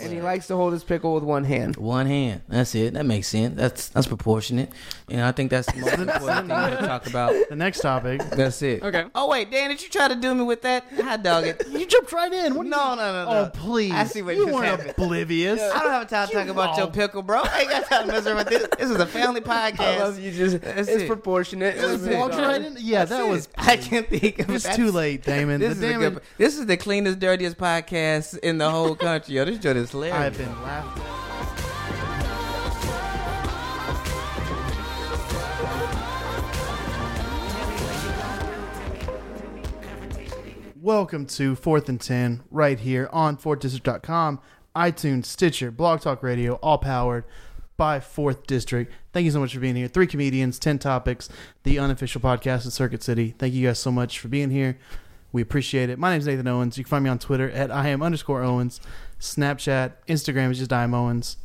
he likes to hold his pickle with one hand. One hand. That's it. That makes sense. That's that's proportionate. And I think that's the most important thing to talk about. The next topic. That's it. Okay. Oh wait, Dan, did you try to do me with that? Hot dog it. You jumped right in. What do you No, no, no, Oh no. please! I see what you just weren't happened. oblivious. I don't have time to talk about your wrong. pickle, bro. I ain't got time to mess around with this. This is a family podcast. I love you. Just That's it's it. proportionate. That's That's it. it. Walked right in. Yeah, that That's was. it. I can't think of It's that's- too late, Damon. This is, the a Damon good, this is the cleanest, dirtiest podcast in the whole country. Yo, this joint is hilarious. I've been laughing. Welcome to Fourth and Ten right here on fourthdistrict.com, iTunes, Stitcher, Blog Talk Radio, all powered by Fourth District. Thank you so much for being here. Three comedians, 10 topics, the unofficial podcast in Circuit City. Thank you guys so much for being here. We appreciate it. My name is Nathan Owens. You can find me on Twitter at I am underscore Owens, Snapchat, Instagram is just I am Owens.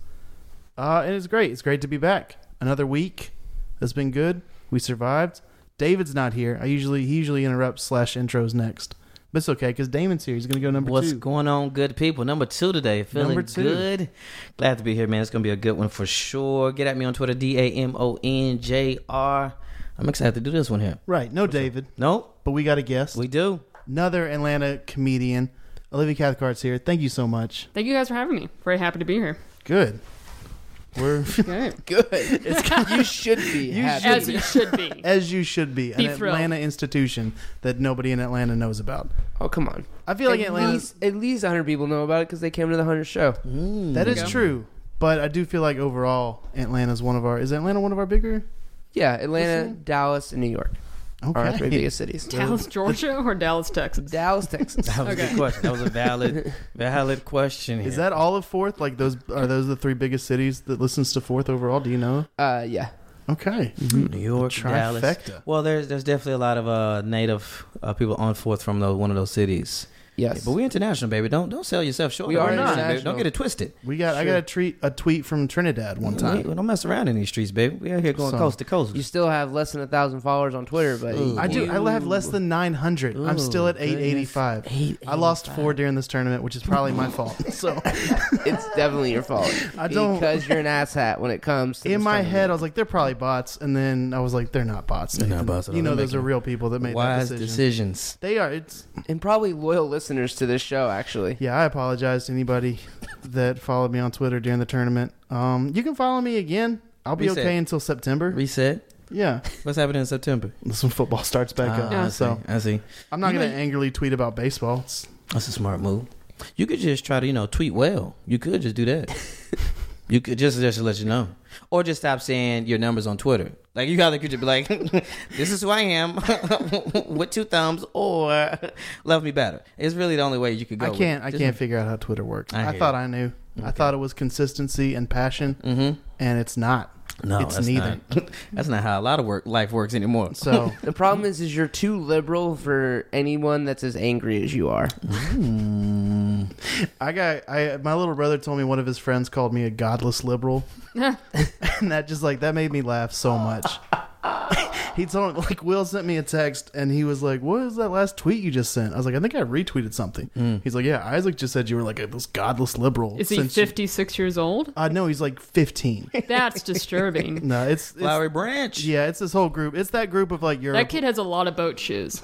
Uh, and it's great. It's great to be back. Another week. That's been good. We survived. David's not here. I usually he usually interrupts slash intros next, but it's okay because Damon's here. He's gonna go number What's two. going on, good people? Number two today. Feeling Number two. good. Glad to be here, man. It's going to be a good one for sure. Get at me on Twitter, D A M O N J R. I'm excited to do this one here. right? No, David. Nope, But we got a guest. we do. Another Atlanta comedian. Olivia Cathcart's here. Thank you so much. Thank you guys for having me. Very happy to be here. Good. We're Good. Good. It's, you should be. happy. As you should be. as you should be an Be thrilled. Atlanta institution that nobody in Atlanta knows about. Oh come on. I feel like at Atlanta. least at least 100 people know about it because they came to the 100 show. That you is go. true. But I do feel like overall, Atlanta's one of our. Is Atlanta one of our bigger? Yeah, Atlanta, Dallas, and New York are our three biggest cities. Dallas, Georgia or Dallas, Texas? Dallas, Texas. That was a Okay. good question. That was a valid, valid question. Is here. that all of Fourth? Like those are those the three biggest cities that listens to Fourth overall? Do you know? Uh, yeah. Okay, New York, The Dallas? trifecta. Well, there's there's definitely a lot of uh, native uh, people on fourth from those, one of those cities. Yes. But we're international, baby. Don't don't sell yourself short. We We're are international, baby. international. Don't get it twisted. we got. I Sure. got a treat a tweet from Trinidad one We- time. we don't mess around in these streets, baby. We out here going So- coast to coast. you still have less than a thousand followers on Twitter, but Ooh. I do. I have less than nine hundred. I'm still at Ooh, eight eighty five. I lost four during this tournament, which is probably my fault. So it's definitely your fault. I don't- because you're an asshat when it comes. to in this my kind of head, I was like, they're probably bots, and then I was like, they're not bots. They're not Nathan. bots at all. You know, They're those are making real people that made that Wise decision. decisions. They are. It's thing. and probably loyal listeners to this show. Actually, Yeah, I apologize to anybody that followed me on Twitter during the tournament. Um, you can follow me again. I'll be Reset. okay until September. Reset. yeah, What's happening in September? that's when football starts back up. Ah, I see. So I see. I'm not You going know- to angrily tweet about baseball. It's- That's a smart move. You could just try to, you know, tweet well. You could just do that. you could just just to let you know, or just stop saying your numbers on Twitter. Like you gotta could just be like, "This is who I am," with two thumbs, or "Love me better." It's really the only way you could go. I can't. I with it. can't figure out how Twitter works. I I, hear thought you. I knew. I Okay. thought it was consistency and passion, Just, mm-hmm. and it's not. No, It's that's neither. Not, that's not how a lot of work life works anymore. So the problem is, is you're too liberal for anyone that's as angry as you are. Mm. I got. I my little brother told me one of his friends called me a godless liberal, and that just like that made me laugh so much. he told like Will sent me a text and he was like, "What was that last tweet you just sent?" I was like, "I think I retweeted something." He's like, "Yeah, Isaac just said you were like a, this godless liberal." Is he since you-" 56 years old? Uh, no, he's like fifteen. That's disturbing. no, it's, it's Flowery branch. yeah, it's this whole group. It's that group of like your. That kid has a lot of boat shoes.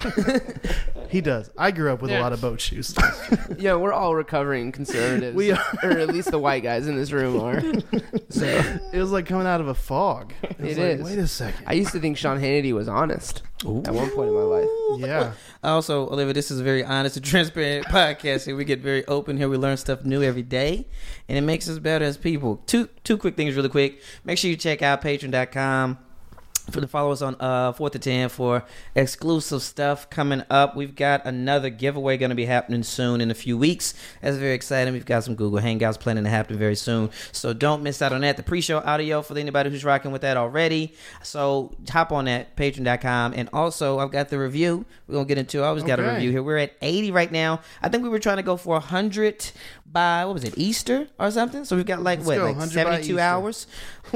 He does. I grew up with a Yeah. lot of boat shoes. yeah, we're all recovering conservatives. We are, or at least the white guys in this room are. it was like coming out of a fog. It, was It like, is. Wait a second. I used to think Sean Hannity was honest Ooh. at one point in my life. yeah. Also, Olivia, this is a very honest and transparent podcast here. We get very open here. We learn stuff new every day, and it makes us better as people. Two two quick things really quick. Make sure you check out patreon.com for the followers on uh 4 to 10 for exclusive stuff coming up. We've got another giveaway going to be happening soon in a few weeks. That's very exciting. We've got some Google Hangouts planning to happen very soon. So don't miss out on that. The pre-show audio for anybody who's rocking with that already. So hop on that patreon.com and also I've got the review. We're going to get into I always got a Okay. review here. We're at 80 right now. I think we were trying to go for 100 by what was it? Easter or something. So we've got like Let's what go, like 100 by 72 Easter. hours.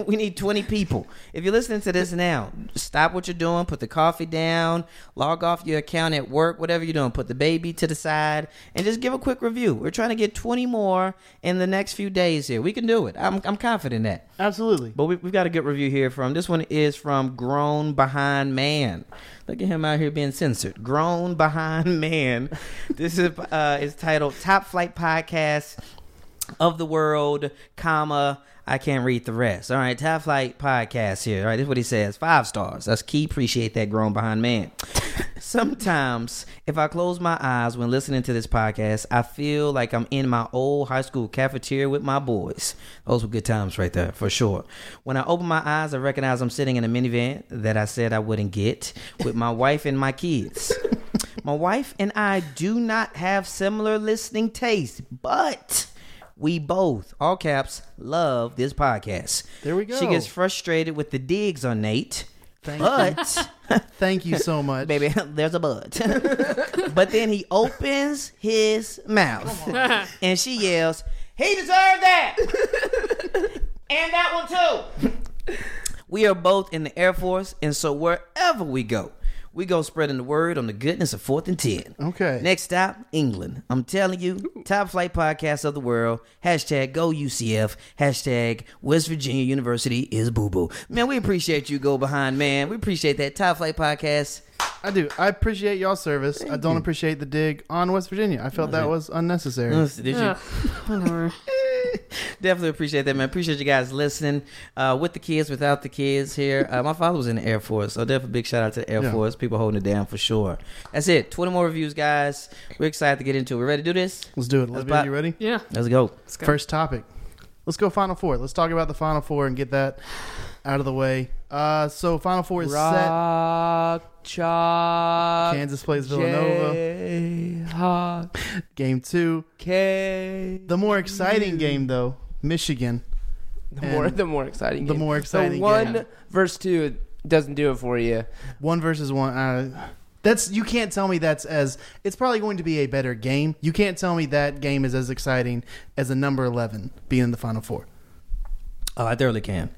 we need 20 people. If you're listening to this now, down. Stop what you're doing. Put the coffee down. Log off your account at work, whatever you're doing. Put the baby to the side and just give a quick review. We're trying to get 20 more in the next few days here. We can do it. I'm, I'm confident in that. Absolutely. But we, we've got a good review here from this one is from Grown Behind Man. Look at him out here being censored. Grown Behind Man. this is uh, is titled Top Flight Podcast of the World, comma. I can't read the rest. All right, Top Flight Podcast here. All right, this is what he says. Five stars. That's key. Appreciate that, Grown Behind Man. Sometimes, if I close my eyes when listening to this podcast, I feel like I'm in my old high school cafeteria with my boys. Those were good times right there, for sure. When I open my eyes, I recognize I'm sitting in a minivan that I said I wouldn't get with my wife and my kids. my wife and I do not have similar listening tastes, but we both, all caps, love this podcast. There we go. She gets frustrated with the digs on Nate. Thank but Thank you so much. baby, there's a bud. but then he opens his mouth and she yells, He deserved that! and that one too! we are both in the Air Force, and so wherever we go, we go spreading the word on the goodness of 4th and 10. Okay. Next stop, England. I'm telling you, top flight podcast of the world. Hashtag go UCF. Hashtag West Virginia University is boo boo. Man, we appreciate you, go behind, man. We appreciate that. Top flight podcast. I do. I appreciate y'all service. I don't appreciate the dig on West Virginia. I felt that was unnecessary. Did you? Ugh, whatever. Definitely appreciate that, man. Appreciate you guys listening uh, with the kids, without the kids here. Uh, my father was in the Air Force, so definitely big shout out to the Air Yeah. Force. People holding it down for sure. That's it. 20 more reviews, guys. We're excited to get into it. We ready to do this? Let's do it. Lesbian, pop- you ready? yeah. Let's go. Let's go. First topic. Let's go Final Four. Let's talk about the Final Four and get that out of the way. Uh, so Final Four is Rock, set. chalk, Kansas plays Villanova. Game two. K. The more exciting game though, Michigan. The more, and the more exciting. the game. more exciting The one game. verse two it doesn't do it for you. One versus one. Uh, that's you can't tell me that's as it's probably going to be a better game. You can't tell me that game is as exciting as a number eleven being in the Final Four. Oh, I thoroughly can,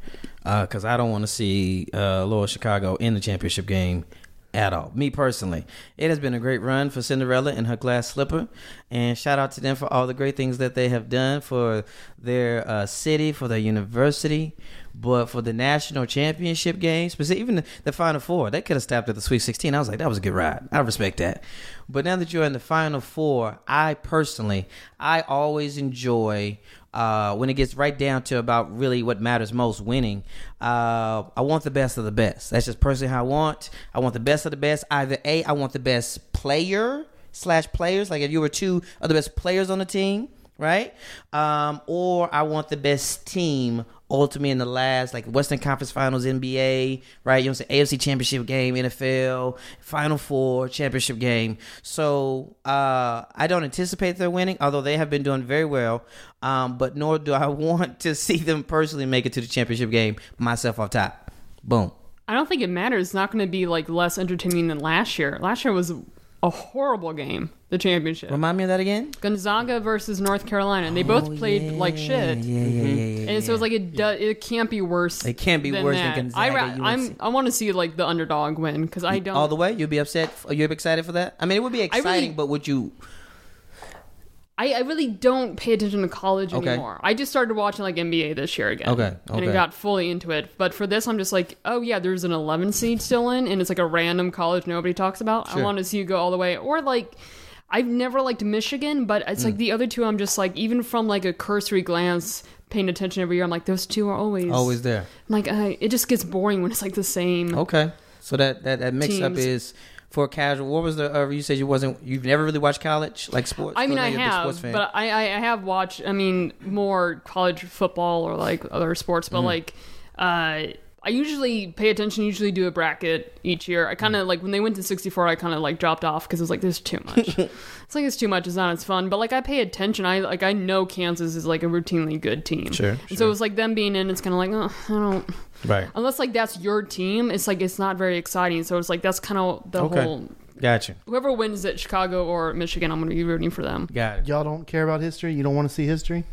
because I don't want to see uh, Lower Chicago in the championship game at all. Me personally, it has been a great run for Cinderella and her glass slipper, and shout out to them for all the great things that they have done for their uh, city, for their university, but for the national championship game, specifically even the, the Final Four, they could have stopped at the Sweet Sixteen. I was like, that was a good ride. I respect that, but now that you're in the Final Four, I personally, I always enjoy uh, when it gets right down to about really what matters most, winning, uh, I want the best of the best. That's just personally how I want. I want the best of the best. Either A, I want the best player slash players. Like if you were two of the best players on the team, right? Um, or I want the best team ultimately in the last like Western Conference Finals NBA, right? You know what I'm saying? AFC Championship game, NFL, Final Four, Championship game. So uh I don't anticipate they're winning, although they have been doing very well. Um, but nor do I want to see them personally make it to the championship game myself off top. Boom. I don't think it matters. It's not going to be like less entertaining than last year. Last year was a horrible game. The championship. Remind me of that again? Gonzaga versus North Carolina. and They both played like shit. Oh, Yeah, Mm-hmm. yeah, yeah, yeah. And so it's like it does. It can't be worse. It can't be worse than that. I Gonzaga, ra- I'm. UNC. I want to see like the underdog win because I don't. all the way. You'll be upset. You'll be excited for that. I mean, it would be really- exciting, but would you? I, I really don't pay attention to college Okay. anymore. I just started watching like NBA this year again. Okay, And okay. I got fully into it. But for this, I'm just like, oh yeah, there's an 11 seed still in, and it's like a random college nobody talks about. I Sure. want to see you go all the way. Or like, I've never liked Michigan, but it's Mm. like the other two, I'm just like, even from like a cursory glance, paying attention every year, I'm like, those two are always Always there. I'm like I, it just gets boring when it's like the same. Okay. So that that, that mix up Teams. is for casual. What was the? Uh, you said you wasn't. You've never really watched college like sports. I mean, Wasn't I you a big sports have, fan? but I, I I have watched. I mean, more college football or like other sports, Mm-hmm. but like, uh, I usually pay attention. Usually do a bracket each year. I Mm-hmm. kind of like when they went to sixty four. I kind of like dropped off because it was like there's too much. it's like it's too much. It's not as fun. But like I pay attention. I like I know Kansas is like a routinely good team. Sure, And so sure. it was like them being in. It's kind of like oh, I don't. right. Unless like that's your team, it's like it's not very exciting. So it's like that's kind of the Okay. whole. Gotcha. Whoever wins at Chicago or Michigan, I'm going to be rooting for them. Got it. Y'all don't care about history. You don't want to see history.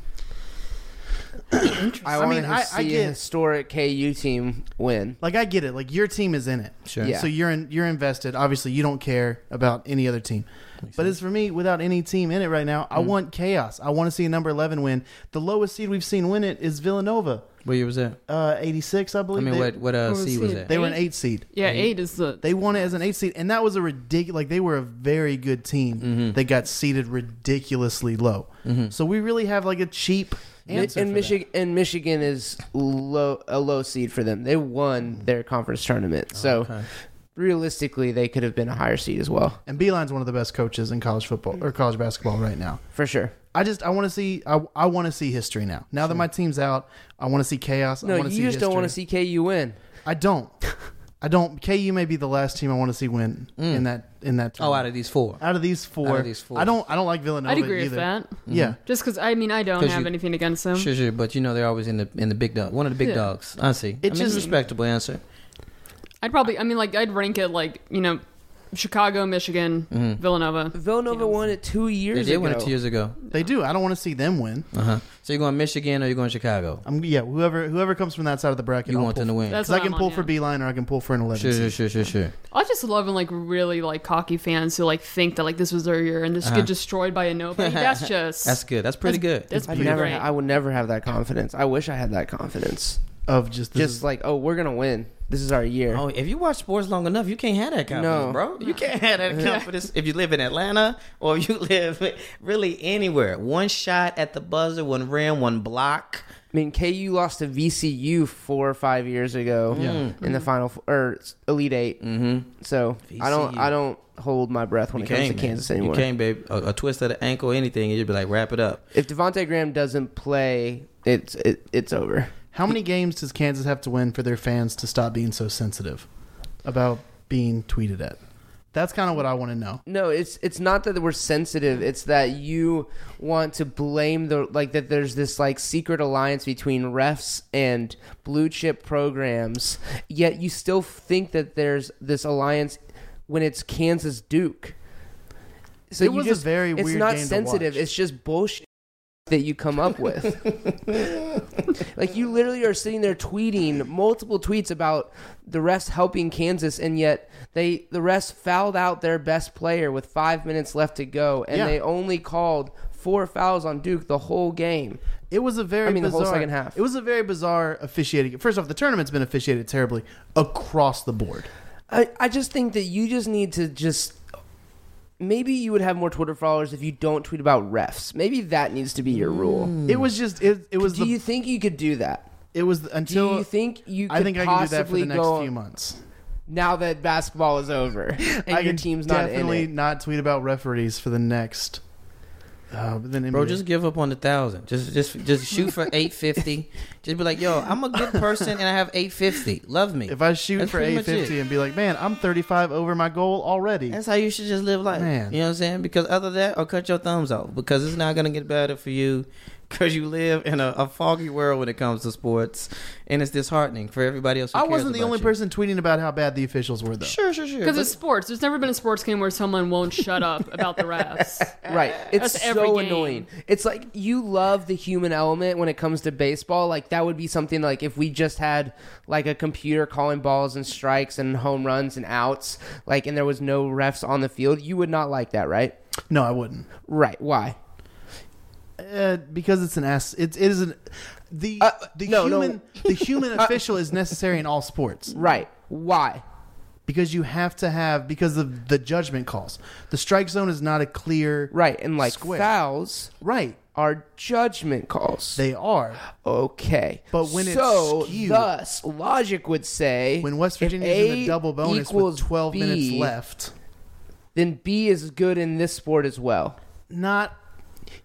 I, I want mean, to I- see I a get- historic KU team win. Like I get it. Like your team is in it. Sure. Yeah. So you're in, you're invested. Obviously, you don't care about any other team. But as for me, without any team in it right now, Mm. I want chaos. I want to see a number eleven win. The lowest seed we've seen win it is Villanova, What year was that? uh, eighty six, I I believe. mean, they, what what uh, What was C was it? that? they were an eight seed. Yeah, eight is the They won it as an eight seed, and that was a ridiculous. Like they were a very good team. Mm-hmm. They got seeded ridiculously low. So we really have like a cheap Mi- answer. and for that. Michigan and Michigan is low a low seed for them. They won their conference tournament, so realistically, they could have been a higher seed as well, And Beeline's one of the best coaches in college football or college basketball right now. for sure. I just I want to see I, I want to see history now. Now that my team's out, I want to see chaos. I No, you want to just see don't want to history. see KU win. I don't. I don't. KU may be the last team I want to see win in that in that. Mm. Oh, out Tournament. of these Um, four. out of these four, Out of these four. I don't. I don't like Villanova. I'd agree either. with that. Mm-hmm. Yeah, Just because I mean I don't 'Cause have you- anything against them. Sure, sure, but you know they're always in the in the big dog, one of the big Yeah. dogs. I see. It I mean, it's just- a respectable answer. I'd probably I mean like I'd rank it like you know Chicago, Michigan, Mm-hmm. Villanova. Villanova won it two years They did ago. win it two years ago. they do. I don't want to see them win. Uh huh. So you're going Michigan or you're going Chicago? I'm yeah. Whoever whoever comes from that side of the bracket, You I'll want pull them to win? That's Because I what can I'm on, pull for yeah. Beeline or I can pull for an eleven. Sure, seed. sure, sure, sure, sure. I just love when like really like cocky fans who like think that like this was their year and just Uh-huh. get destroyed by a nobody. That's just That's good. That's pretty good. that's I pretty never, great. I would never have that confidence. I wish I had that confidence. Of just this just is- like, oh, we're gonna win. This is our year. Oh, if you watch sports long enough, you can't have that confidence, No. bro. You can't have that confidence if you live in Atlanta or you live really anywhere. One shot at the buzzer, one rim, one block. I mean, KU lost to VCU four or five years ago in Mm-hmm. the final f- or Elite 8 Mm. Mm-hmm. So I don't, VCU. I don't hold my breath when it comes to man. Kansas anymore. You can't, babe. A, a twist of the ankle, anything, and you'd be like, wrap it up. If Devonte Graham doesn't play, it's it, it's over. How many games does Kansas have to win for their fans to stop being so sensitive about being tweeted at? That's kind of what I want to know. No, it's it's not that we're sensitive. It's that you want to blame the like that. There's this like secret alliance between refs and blue chip programs. Yet you still think that there's this alliance when it's Kansas Duke. So It you was a just, very it's weird not game to sensitive. watch. It's just bullshit that you come up with. like you literally are sitting there tweeting multiple tweets about the refs helping Kansas, and yet they the refs fouled out their best player with five minutes left to go, and Yeah. they only called four fouls on Duke the whole game. It was a very I mean, the bizarre, whole second half. It was a very bizarre officiating. First off, the tournament's been officiated terribly across the board. I, I just think that you just need to just maybe you would have more Twitter followers if you don't tweet about refs. Maybe that needs to be your rule. It was just it. Mm. It was Hmm. Do the. you think you could do that? it was the- Do until you think you could I think I can do that for possibly the next go few months. now that basketball is over and I your can team's not in definitely it? not tweet about referees for the next. Uh, but then Bro, NBA just give up on the thousand. Just, just, just shoot for eight fifty. Just be like, yo, I'm a good person and I have eight fifty. Love me. If I shoot That's for pretty much 850 it. and be like, man, I'm 35 over my goal already. That's how you should just live life. Man. You know what I'm saying? Because other than that, or cut your thumbs off because it's not going to get better for you because you live in a, a foggy world when it comes to sports. And it's disheartening for everybody else. who I cares wasn't the about only you. person tweeting about how bad the officials were, though. Sure, sure, sure. because But- it's sports. There's never been a sports game where someone won't shut up about the refs. Right. It's Uh, That's every so game. annoying. It's like you love the human element when it comes to baseball. Like that would be something like if we just had like a computer calling balls and strikes and home runs and outs, like and there was no refs on the field, you would not like that, right? No, I wouldn't. Right. Why? Uh, because it's an ass. It, it is an the Uh, the no, no. Uh, human the human official is necessary in all sports Right. Why? because you have to have because of the judgment calls. The strike zone is not a clear Right. And like Square. fouls right. are judgment calls. They are Okay. But when it's so, skewed- thus logic would say when West if Virginia's in A the double bonus with equals 12 minutes B, left. then B is good in this sport as well. not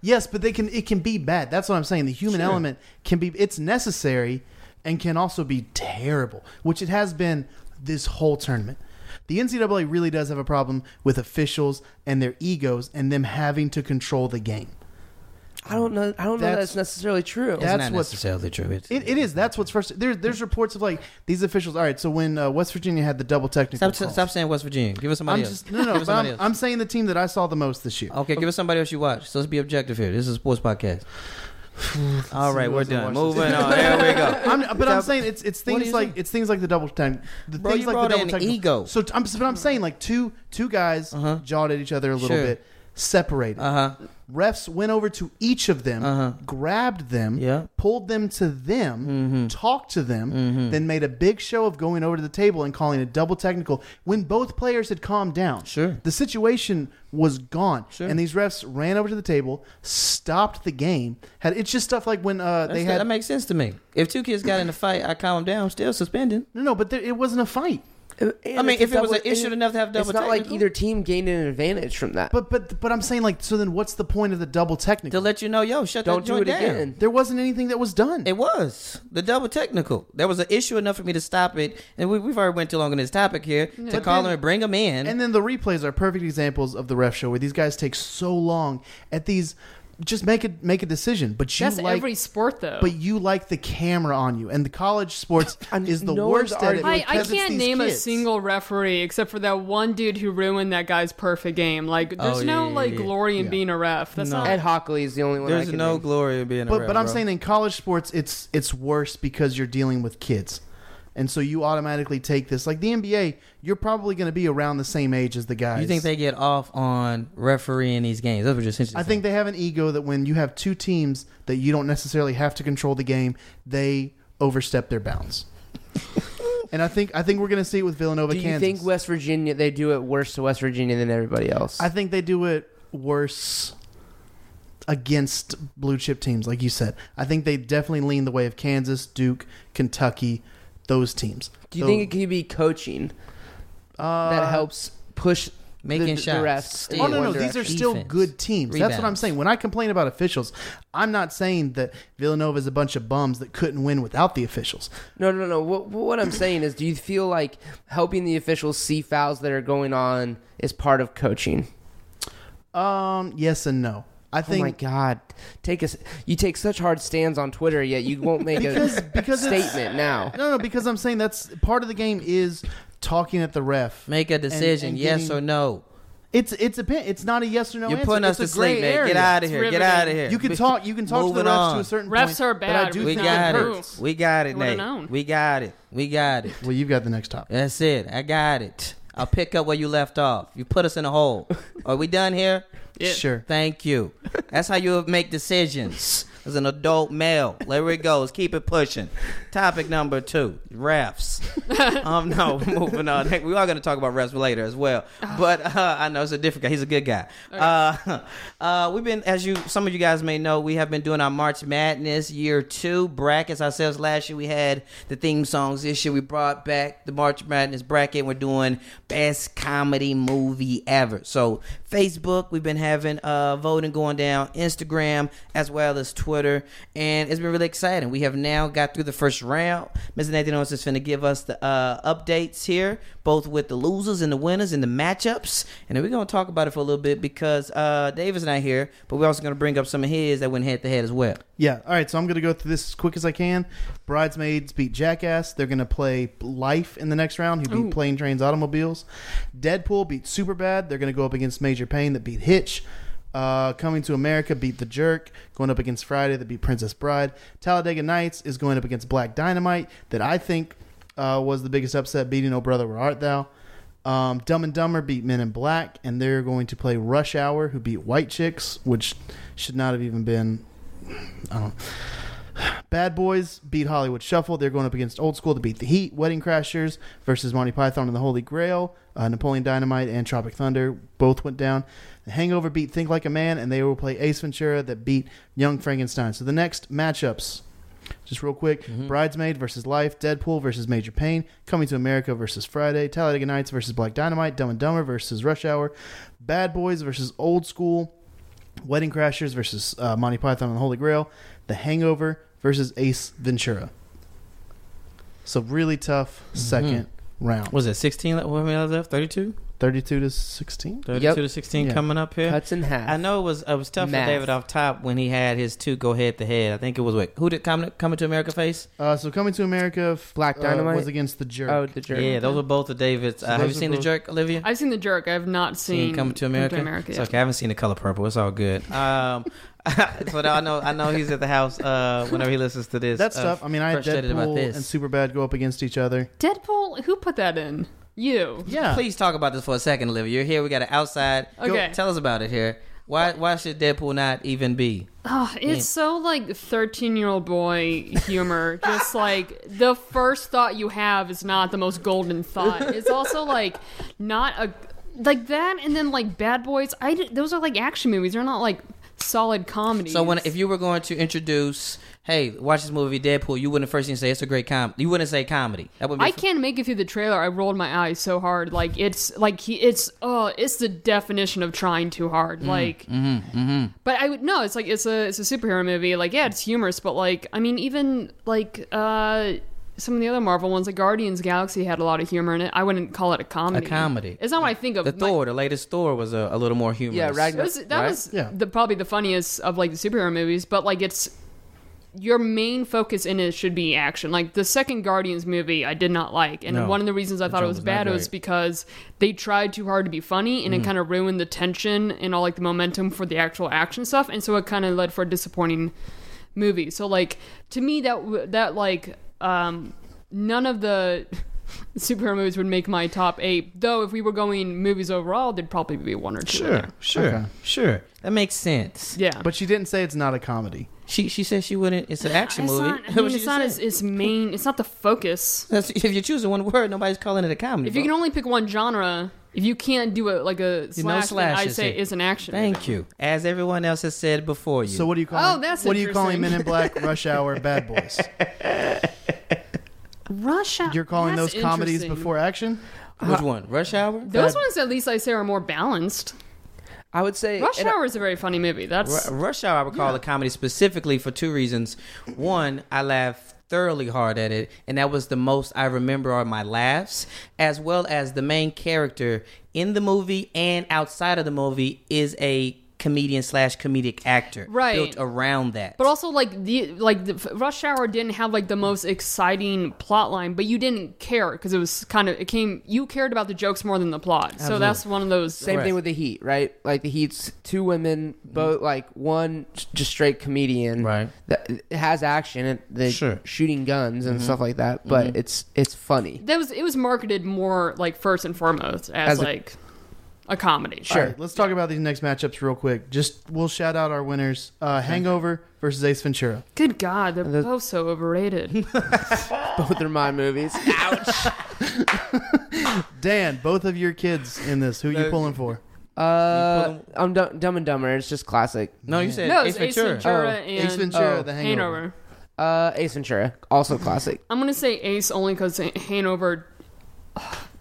yes but they can it can be bad that's what i'm saying the human element can be it's necessary and can also be terrible which it has been this whole tournament the ncaa really does have a problem with officials and their egos and them having to control the game I don't know. I don't know That's- that's necessarily true. That- It's that's not what's- necessarily true. It's, it, it is that's what's first there, there's reports of like these officials all right so when uh, west virginia had the double technical stop, calls, stop saying West Virginia. Give us somebody i'm else. just no Give no us but somebody I'm, else. Oh. I'm saying the team that i saw the most this year okay, give us somebody else you watch. So let's be objective here. This is a sports podcast. All right, we're Let's done. watch this. Moving on. There we go. I'm, but I'm Without- saying it's it's What do things you like say? it's things like the double time. The Bro, things you like the brought double in time. ego. So I'm but I'm saying like two two guys Oh. Uh-huh. jawed at each other a little Sure. bit, separated. Uh huh. Refs went over to each of them, Uh-huh. grabbed them, Yeah. Mm-hmm. pulled them to them, talked to them, then made a big show of going over to the table and calling a double technical when both players had calmed down. Sure. The situation was gone. Sure. And these refs ran over to the table, stopped the game. Had it's just stuff like when uh, That's- they had that makes sense to me. If two kids got in a fight, I calm them down. Still suspending. No, no, but there, it wasn't a fight. I mean, if it was an issue enough to have double it's not like technical? either team gained an advantage from that. But but but I'm saying like so then what's the point of the double To technical? let you know, yo, shut Don't that do joint it down. again. there wasn't anything that was done. It was the double technical. There was an issue enough for me to stop it, and we, we've already went too long on this topic here to But call then- him and bring him in. and then the replays are perfect examples of the ref show where these guys take so long at these just make it make a decision. But you That's like every sport, though. but you like the camera on you and the college sports I'm- is the no one's worst at it. arguing- I, I because it's can't these name a kids. single referee except for that one dude who ruined that guy's perfect game. Like, there's Oh, yeah, no yeah, like yeah. glory in Yeah. being a ref. That's Ed not. Hockley is the only one. I There's can no name. glory in being a But ref, but I'm bro. saying in college sports it's it's worse because you're dealing with kids. And so you automatically take this like the NBA, you're probably going to be around the same age as the guys. you think they get off on refereeing these games. That's what you're essentially I think they have an ego that when you have two teams that you don't necessarily have to control the game, they overstep their bounds. and I think I think we're going to see it with Villanova. Do you Kansas. think West Virginia? They do it worse to West Virginia than everybody else. I think they do it worse against blue chip teams, like you said. I think they definitely lean the way of Kansas, Duke, Kentucky, those teams. do you So, think it could be coaching uh, that helps push making the, shots. The refs in steals. Oh no, one no, these direction? are still Defense. good teams. That's what I'm Rebounds. saying. When I complain about officials, I'm not saying that Villanova is a bunch of bums that couldn't win without the officials. No, no, no. What, what I'm saying is, do you feel like helping the officials see fouls that are going on is part of coaching? Um, yes and no. I Oh my think God! Take us. You take such hard stands on Twitter, yet you won't make because a because it's- statement now. no no because I'm saying that's part of the game is talking at the ref. Make a decision, and yes getting- or no. It's it's a pin. It's not a yes or no. You're answer. putting us it's to a gray sleep, man. Get area. out of here. Get riveting. out of here. You can talk. You can talk to the Moving refs on. to a certain Refs point, are But I bad. do We think got it it. hurts. We got it, They would've Nate. known. We got it. We got it. Well, you've got the next topic. That's it. I got it. I'll pick up where you left off. You put us in a hole. Are we done here? Yeah. Sure. Thank you. That's how you make decisions as an adult male. There it goes. Keep it pushing. Topic number two: refs. um, no, moving on. We are going to talk about refs later as well. But uh, I know it's a different guy. He's a good guy. Uh, uh, we've been, as you, some of you guys may know, we have been doing our March Madness year two brackets ourselves. Last year we had the theme songs. This year we brought back the March Madness bracket. We're doing best comedy movie ever. So Facebook, we've been having uh, voting going down. Instagram as well as Twitter, and it's been really exciting. We have now got through the first round. Mr. Nathan Owens is going to give us the uh, updates here, both with the losers and the winners and the matchups, and then we're going to talk about it for a little bit because uh, David's not here, but we're also going to bring up some of his that went head to head as well. Yeah. All right. So I'm going to go through this as quick as I can. Bridesmaids beat Jackass. They're going to play Life in the next round, who beat Ooh. Plane Trains Automobiles. Deadpool beat Superbad. They're going to go up against Major Payne, that beat Hitch. Uh, Coming to America beat The Jerk. Going up against Friday, that beat Princess Bride. Talladega Nights is going up against Black Dynamite, that I think uh, was the biggest upset, beating Oh Brother Where Art Thou. Um, Dumb and Dumber beat Men in Black, and they're going to play Rush Hour, who beat White Chicks, which should not have even been. I don't. Bad Boys beat Hollywood Shuffle. They're going up against Old School to beat the Heat. Wedding Crashers versus Monty Python and the Holy Grail. Uh, Napoleon Dynamite and Tropic Thunder both went down. The Hangover beat Think Like a Man, and they will play Ace Ventura that beat Young Frankenstein. So the next matchups, just real quick: Bridesmaid versus Life, Deadpool versus Major Payne, Coming to America versus Friday, Talladega Nights versus Black Dynamite, Dumb and Dumber versus Rush Hour, Bad Boys versus Old School. Wedding Crashers versus uh, Monty Python and the Holy Grail, The Hangover versus Ace Ventura. So really tough 2nd round. Was it 16? What many left? 32? 32 to 16. 32 Yep. to 16 Yeah. coming up here. Cuts in half. I know it was it was tough Math. for David off top when he had his two go head to head. I think it was what who did coming coming to America face? Uh, so coming to America, f- Black uh, Dynamite? was against the jerk. Oh, the jerk. Yeah, those were both of David's. So uh, have you those are seen the both- jerk, Olivia? I've seen The Jerk. I've not seen, seen Coming to America. America It's yet. okay. I haven't seen the color purple. It's all good. Um, so now I know I know he's at the house uh, whenever he listens to this. That's uh, tough. I mean, I had frustrated about Deadpool this. and Superbad go up against each other. Deadpool. Who put that in? You. Yeah. Please talk about this for a second, Olivia. You're here. We got an outside. Go- Okay. tell us about it here. Why why should Deadpool not even be? Oh, it's so like 13 year old boy humor. Just like the first thought you have is not the most golden thought. It's also like not a. Like that, and then like Bad Boys. I d- those are like action movies. They're not like solid comedy. So when if you were going to introduce, hey, watch this movie Deadpool, you wouldn't first thing say it's a great com. You wouldn't say comedy. That would be I can't make it through the trailer. I rolled my eyes so hard. Like it's like he it's oh it's the definition of trying too hard. Mm, like mm-hmm, but I would no. It's like it's a it's a superhero movie. Like yeah, it's humorous, but like I mean even like uh some of the other Marvel ones like Guardians of the Galaxy had a lot of humor in it. I wouldn't call it a comedy. A comedy. It's not what I think of. the My- Thor, the latest Thor was a, a little more humorous. Yeah, it Ragnar. was, that right? was Yeah. the probably the funniest of like the superhero movies, but like it's your main focus in it should be action. Like the second Guardians movie, I did not like, and No. one of the reasons I thought it joke was was not bad was great. Mm. because they tried too hard to be funny, and it kind of ruined the tension and all like the momentum for the actual action stuff, and so it kind of led for a disappointing movie. So like to me that w- that like um none of the superhero movies would make my top eight. Though if we were going movies overall, there'd probably be one or two. in there. Sure, sure, Okay. sure. That makes sense. Yeah. But she didn't say it's not a comedy. She she said she wouldn't. It's an action it's movie. Not, I What mean, she it's not just its, said. its main. It's not the focus. That's- if you're choosing one word, nobody's calling it a comedy. If you bro. can only pick one genre, if you can't do it like a slash, then I slashes say here. it's an action. Thank you. As everyone else has said before you. So what do you call? Oh, that's what do you calling Men interesting. in Black, Rush Hour, Bad Boys? Russia. You're calling those comedies before action? which one? Rush Hour? Those ones, at least I say, are more balanced. I would say Rush and I- Hour is a very funny movie. That's uh, Ru- Rush Hour, I would call it comedy specifically for two reasons. One, I laughed thoroughly hard at it, and that was the most I remember are my laughs, as well as the main character in the movie and outside of the movie is a comedian slash comedic actor Right. built around that. But also, like the like the Rush Hour didn't have like the most exciting plot line, but you didn't care because it was kind of it came. You cared about the jokes more than the plot, so that's one of those. Same Correct. thing with the Heat, right? Like the Heat's two women, both like one j- just straight comedian, Mm-hmm. Right. That it has action, and they Sure. Mm-hmm. shooting guns and stuff like that. But it's it's funny. that was it was marketed more like first and foremost As as, a- like a comedy. All right, let's talk about these next matchups real quick. Just we'll shout out our winners: uh, Hangover versus Ace Ventura. Good God, they're The- both so overrated. Both are my movies. Dan, both of your kids in this. Who you pulling for? Uh, I'm dumb, dumb and Dumber. It's just classic. no, you said no, Ace it's Ace Ventura. Ventura, Oh, and Ace Ventura, Oh, The Hangover. Hanover. Uh, Ace Ventura, also classic. I'm gonna say Ace only because Hanover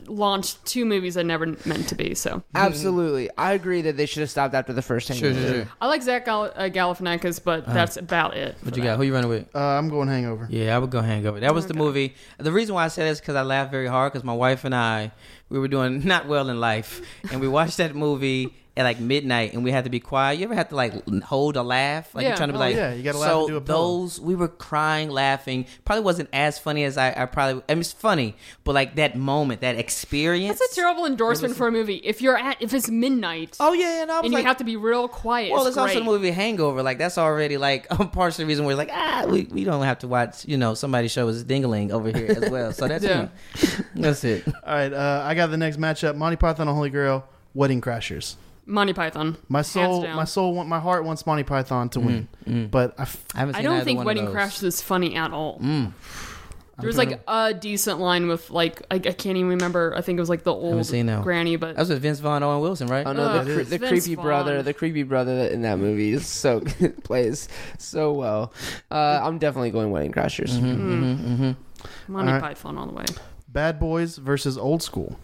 launched two movies I never meant to be. So Absolutely, I agree that they should have stopped after the first Sure, hangover. sure, sure. I like Zach Gal- uh, Galifianakis, but that's about it. What Uh-huh. you got? Who you running with? Uh, I'm going Hangover. Yeah, I would go Hangover. That was the movie. The reason why I said this because I laughed very hard because my wife and I we were doing not well in life, and we watched that movie at like midnight, and we had to be quiet. You ever had to like l- hold a laugh? Like Yeah. you're trying to be Oh, like, yeah, you gotta laugh So and do a pillow. those we were crying, laughing. Probably wasn't as funny as I, I probably. I mean, it's funny, but like that moment, that experience. That's a terrible endorsement for a movie. If you're at if it's midnight Oh yeah, and I was and like, you have to be real quiet. well, it's it's also the great. movie Hangover. Like that's already like a part of the reason we're like, ah, we, we don't have to watch. You know, somebody show us Dingaling over here as well. So that's Yeah. it. That's it. All right, uh, I got the next matchup: Monty Python and Holy Grail, Wedding Crashers. Monty Python. My soul, down. my soul, want- my heart wants Monty Python Mm. to win, but I f- Mm-hmm. I, haven't seen I don't either think one of Wedding those. Mm. Crashes is funny at all. There was I'm like a decent line with like I, I can't even remember. I think it was like the old seen that one. granny, but That was with Vince Vaughn, Owen Wilson, right? Oh no, Uh, the, cre- it's the Vince creepy Vaughn. brother, the creepy brother in that movie is so plays so well. Uh, I'm definitely going Wedding Crashers. Mm-hmm, Mm-hmm. Monty All right. Python all the way. Bad Boys versus Old School.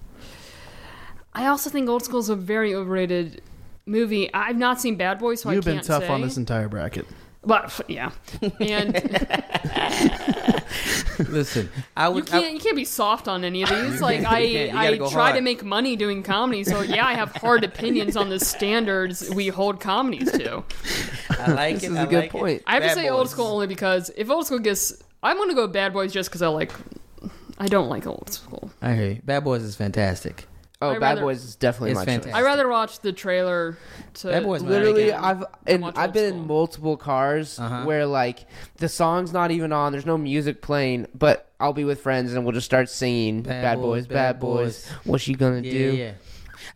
I also think Old School's a very overrated movie. I've not seen Bad Boys, so You've I been can't tough say. on this entire bracket. But yeah, and mm-hmm. Listen, I you would. I- can't you can't be soft on any of these. Like I You can't. You gotta I go try to hard. make money doing comedy, so yeah, I have hard opinions on the standards we hold comedies to. I like This it. is I a good like it. point. I have Bad to say old Boys. school only because if old school gets, I'm gonna go bad boys just because I like. I don't like old school. I hear you. Bad Boys is fantastic. Oh, I'd Bad rather- Boys is definitely It's my fantastic. choice. I rather watch the trailer to Bad Boys, man. Literally, again. I've and watch I've old been in school. multiple cars Uh-huh. where like the song's not even on. There's no music playing, but I'll be with friends and we'll just start singing Bad "Bad, Boys, Boys, Bad Bad Boys." What's she gonna Yeah, do? yeah.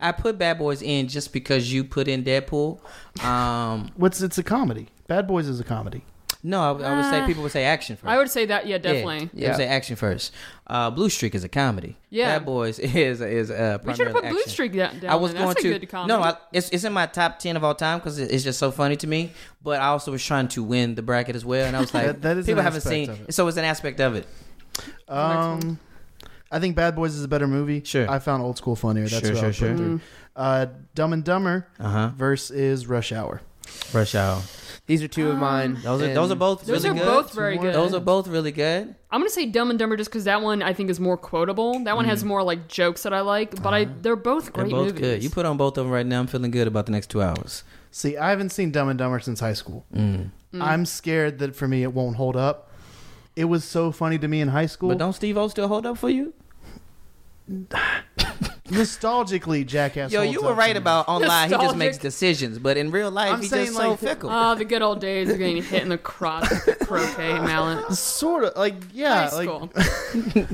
I put Bad Boys in just because you put in Deadpool. Um, What's it's a comedy. Bad Boys is a comedy. no, I, I would say Uh, people would say action first. I would say that yeah definitely. Yeah, they would say action first. Uh, Blue Streak is a comedy. Yeah. Bad Boys is is uh, primarily We should have put action. Blue Streak down. down I was there. That's going to a good comedy. no, I, it's it's in my top ten of all time because it, it's just so funny to me. But I also was trying to win the bracket as well, and I was like, That- that is people an haven't aspect seen, of it. so it's an aspect of it. next Um, I think Bad Boys is a better movie. Sure. I found Old School funnier. That's Sure, what sure, sure. I'll put through. Mm-hmm. Uh, Dumb and Dumber Uh huh. versus Rush Hour. Rush Hour. These are Ah. two of mine. Those are and- those are both those really are good. both very Tomorrow. good. those are both really good. I'm gonna say Dumb and Dumber just because that one I think is more quotable. That one has more like jokes that I like, but I they're Mm. Uh-huh. They're both great both movies. good. You put on both of them right now. I'm feeling good about the next two hours. See, I haven't seen Dumb and Dumber since high school. Mm. I'm scared that for me it won't hold up. It was so funny to me in high school. But don't Steve O still hold up for you? Nostalgically, Jackass. Yo, holds you up were for right me. about online. He just Nostalgic. makes decisions, but in real life, I'm he's saying, just so like- fickle. Ah, the good old days of getting hit in the crotch with the croquet mallet. Sort of like yeah, High like school.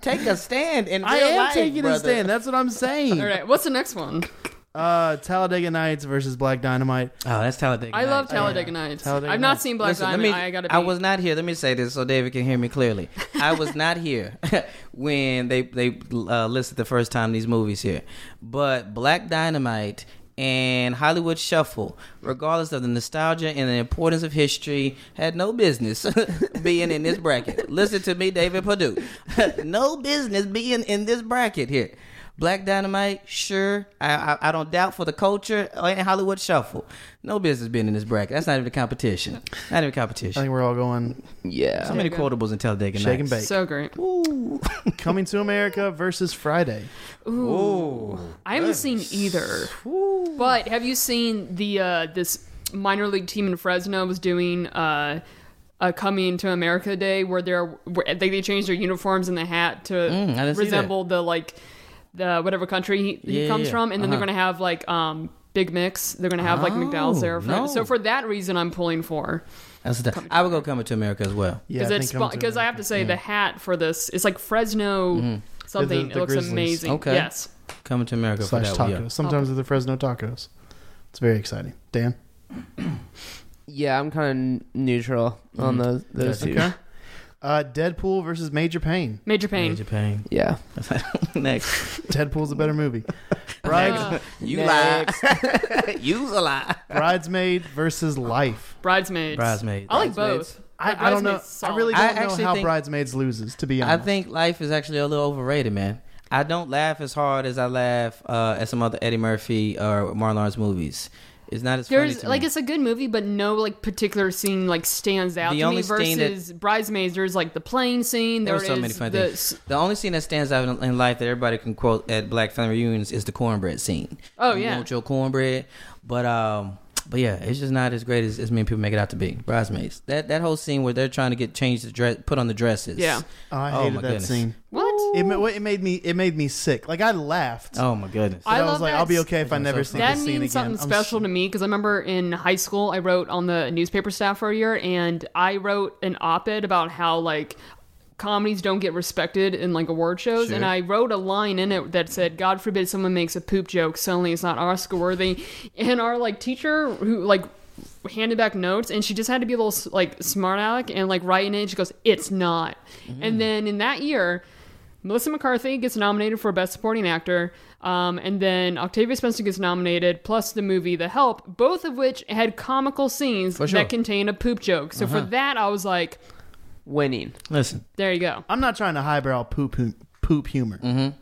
Take a stand in real I am life, taking brother. a stand. That's what I'm saying. All right, what's the next one? Uh, Talladega Nights versus Black Dynamite. Oh, that's Talladega. I love Nights. Talladega Nights. Talladega I've not Nights. seen Black Listen, let Diamond. me- I gotta. Be, I was not here. Let me say this so David can hear me clearly. I was not here when they they uh, listed the first time these movies here, but Black Dynamite and Hollywood Shuffle, regardless of the nostalgia and the importance of history, had no business being in this bracket. Listen to me, David Perdue. no business being in this bracket here. Black Dynamite, sure. I, I I don't doubt for the culture and Hollywood Shuffle. No business being in this bracket. That's not even a competition. Not even a I competition. think we're all going How yeah. many Yeah. quotables in Talladega Nights? shake and bake. so great. Ooh. Coming to America versus Friday. Ooh, I haven't seen either. But have you seen the uh, this minor league team in Fresno was doing uh, a Coming to America Day where they're where they, they changed their uniforms and the hat to Mm, I didn't see that. resemble the like the whatever country he, he Yeah, comes yeah. from, and then Uh-huh. Oh, they're gonna have like um. Big Mix. They're gonna have like McDowell's there. For, no. So for that reason, I'm pulling for That's the I would go coming to America as well. Yeah, because I it's think Coming to because I have America. to say the hat for this. It's like Fresno something. The- the it looks Grizzlies. amazing. Mm-hmm. Okay. Yes. Coming to America slash for that tacos. one. yeah. Sometimes they're the Fresno tacos. It's very exciting. Dan, Yeah, I'm kind of neutral on Mm. those those two. okay. Uh, Deadpool versus Major Payne. Major Pain. Major pain. Yeah. Next. Deadpool's a better movie. Bride, Uh, You Next. lie. You's a lie. Bridesmaid versus Life. Bridesmaids. Bridesmaid. I like Bridesmaids. both. I, I don't know. Bridesmaid's I really solid. don't I know actually how think- Bridesmaids loses. To be I honest, think life is actually a little overrated, man. I don't laugh as hard as I laugh uh, at some other Eddie Murphy or Marlon Lawrence movies. It's not as funny There's to like me. it's a good movie, but no like particular scene like stands out The to only me. scene that- Versus Bridesmaids, there's like the plane scene. There There were is so many funny the, things. The only scene that stands out in, in life that everybody can quote at black family reunions is the cornbread scene. Oh, You yeah. want your cornbread, but um, but yeah, it's just not as great as, as many people make it out to be. Bridesmaids. That that whole scene where they're trying to get changed the dress, put on the dresses. Yeah. Oh, I Oh, hated my that goodness. scene. What? It, ma- what- it made me. It made me sick. Like I laughed. Oh my goodness. but I, I was love like, that I'll be s- okay if I That never see That this scene again. means something I'm special s- to me because I remember in high school I wrote on the newspaper staff for a year, and I wrote an op-ed about how like comedies don't get respected in like award shows, Sure. and I wrote a line in it that said, "God forbid someone makes a poop joke, suddenly it's not Oscar worthy," and our like teacher who like handed back notes and she just had to be a little s- like smart aleck and like write in it she goes it's not Mm. and then in that year Melissa McCarthy gets nominated for Best Supporting Actor, um, and then Octavia Spencer gets nominated, plus the movie The Help, both of which had comical scenes For sure. Uh-huh. that contain a poop joke. So for that, I was like, Winning. Listen, there you go. Mm-hmm. I'm not trying to highbrow poop hu- poop humor.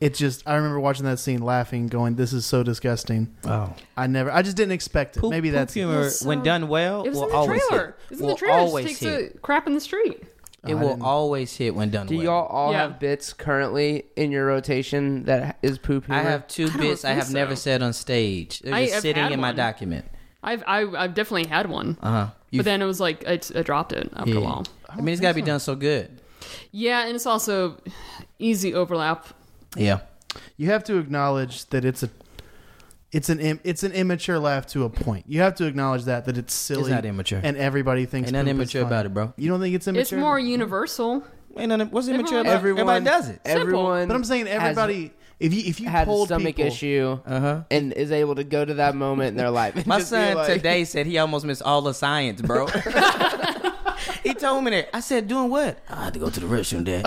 It just I remember watching that scene laughing, going, This is so disgusting. Oh, I never I just didn't expect it. poop, Maybe poop that's humor, Yes, when um, done well, It was will in the always trailer. hit. It's in will the trailer. It always just takes hit. a crap in the street. It Oh, I will didn't- always hit when done Do well. y'all all Yeah. have bits currently in your rotation that is poop humor? I have two I don't bits I think have never so. said on stage. They're I- just I've sitting had in my one. document. I've I, I've definitely had one, Uh huh. but then it was like I, I dropped it after a while. I mean, it's got to be done so good. Yeah, and it's also easy overlap. Yeah. you have to acknowledge that it's a it's an im- it's an immature laugh to a point. You have to acknowledge that that it's silly It's not immature. and everybody thinks Ain't nothing poop is immature funny. about it, bro. You don't think it's immature? It's more universal. Ain't nothing, what's immature Everyone- about Everyone- Everybody does it. Simple. Everyone, But I'm saying has- everybody if you if you has a polled stomach people, issue Uh huh. and is able to go to that moment in their life. and My just be son like- today said he almost missed all the science, bro. he told me that. I said, doing what? I had to go to the restroom, Dad.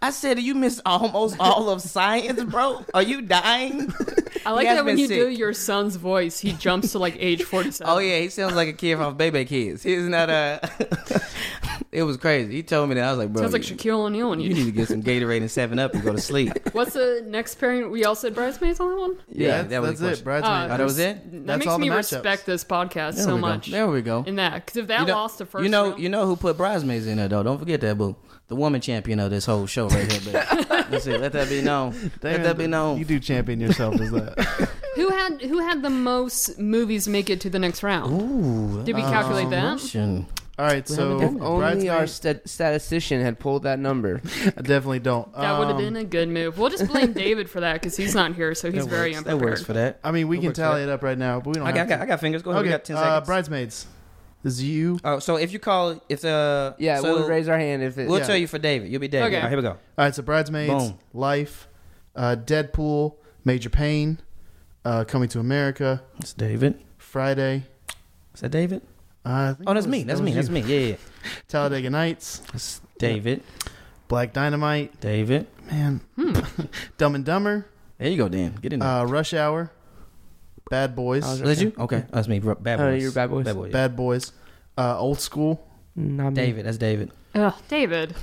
I said, you missed almost all of science, bro. Are you dying? I like has that when been you do sick. your son's voice, he jumps to like age forty-seven. Oh yeah, he sounds like a kid from Baby Kids. He's not a. it was crazy. He told me that I was like, bro, sounds like you, Shaquille O'Neal. When you you, need to get some Gatorade and Seven Up and go to sleep. what's the next pairing? We all said bridesmaids on that one. Uh, Yeah, that's, the that's it. question. Bridesmaids. Oh, that was it. That That's makes all the me matchups. respect this podcast There so we go. much. There we go. In that, because if that know- lost the first, you know, round, you know who put bridesmaids in there though. Don't forget that, boo. The woman champion of this whole show right here, baby. That's it. Let that be known. Let that be Damn, known. You do champion yourself as that. who had who had the most movies make it to the next round? Ooh, Did we calculate uh, that? motion. All right, so If only our bridesmaids- stat- statistician had pulled that number. I definitely don't. That would have Um, been a good move. We'll just blame David for that because he's not here, so he's that very works. unprepared. That works for that. I mean, we That can works, tally right? it up right now, but we don't. I got, I have got, to. I got fingers. Go ahead. okay, We got ten uh, seconds. bridesmaids. This is you. oh, so if you call, if the Yeah, so we'll raise our hand if it. We'll Yeah. tell you for David. You'll be David. Okay. All right, here we go. All right, so bridesmaids, Boom. life, uh, Deadpool, Major Pain, uh, Coming to America, It's David. Friday. Is that David? Uh, I think Oh, that's that was- me. That's that me. was That's you. me. Yeah, yeah. yeah. Talladega Nights, That's David. Black Dynamite, David. man, Hmm. Dumb and Dumber, There you go, Dan. Get in there. uh, Rush Hour, Bad Boys, I was- Did you? Okay, Oh, that's me. Bad boys. Uh, Oh, you're Bad Boys. Bad boys. yeah. Bad Boys, uh, Old School. Not me. David. That's David. Ugh, David.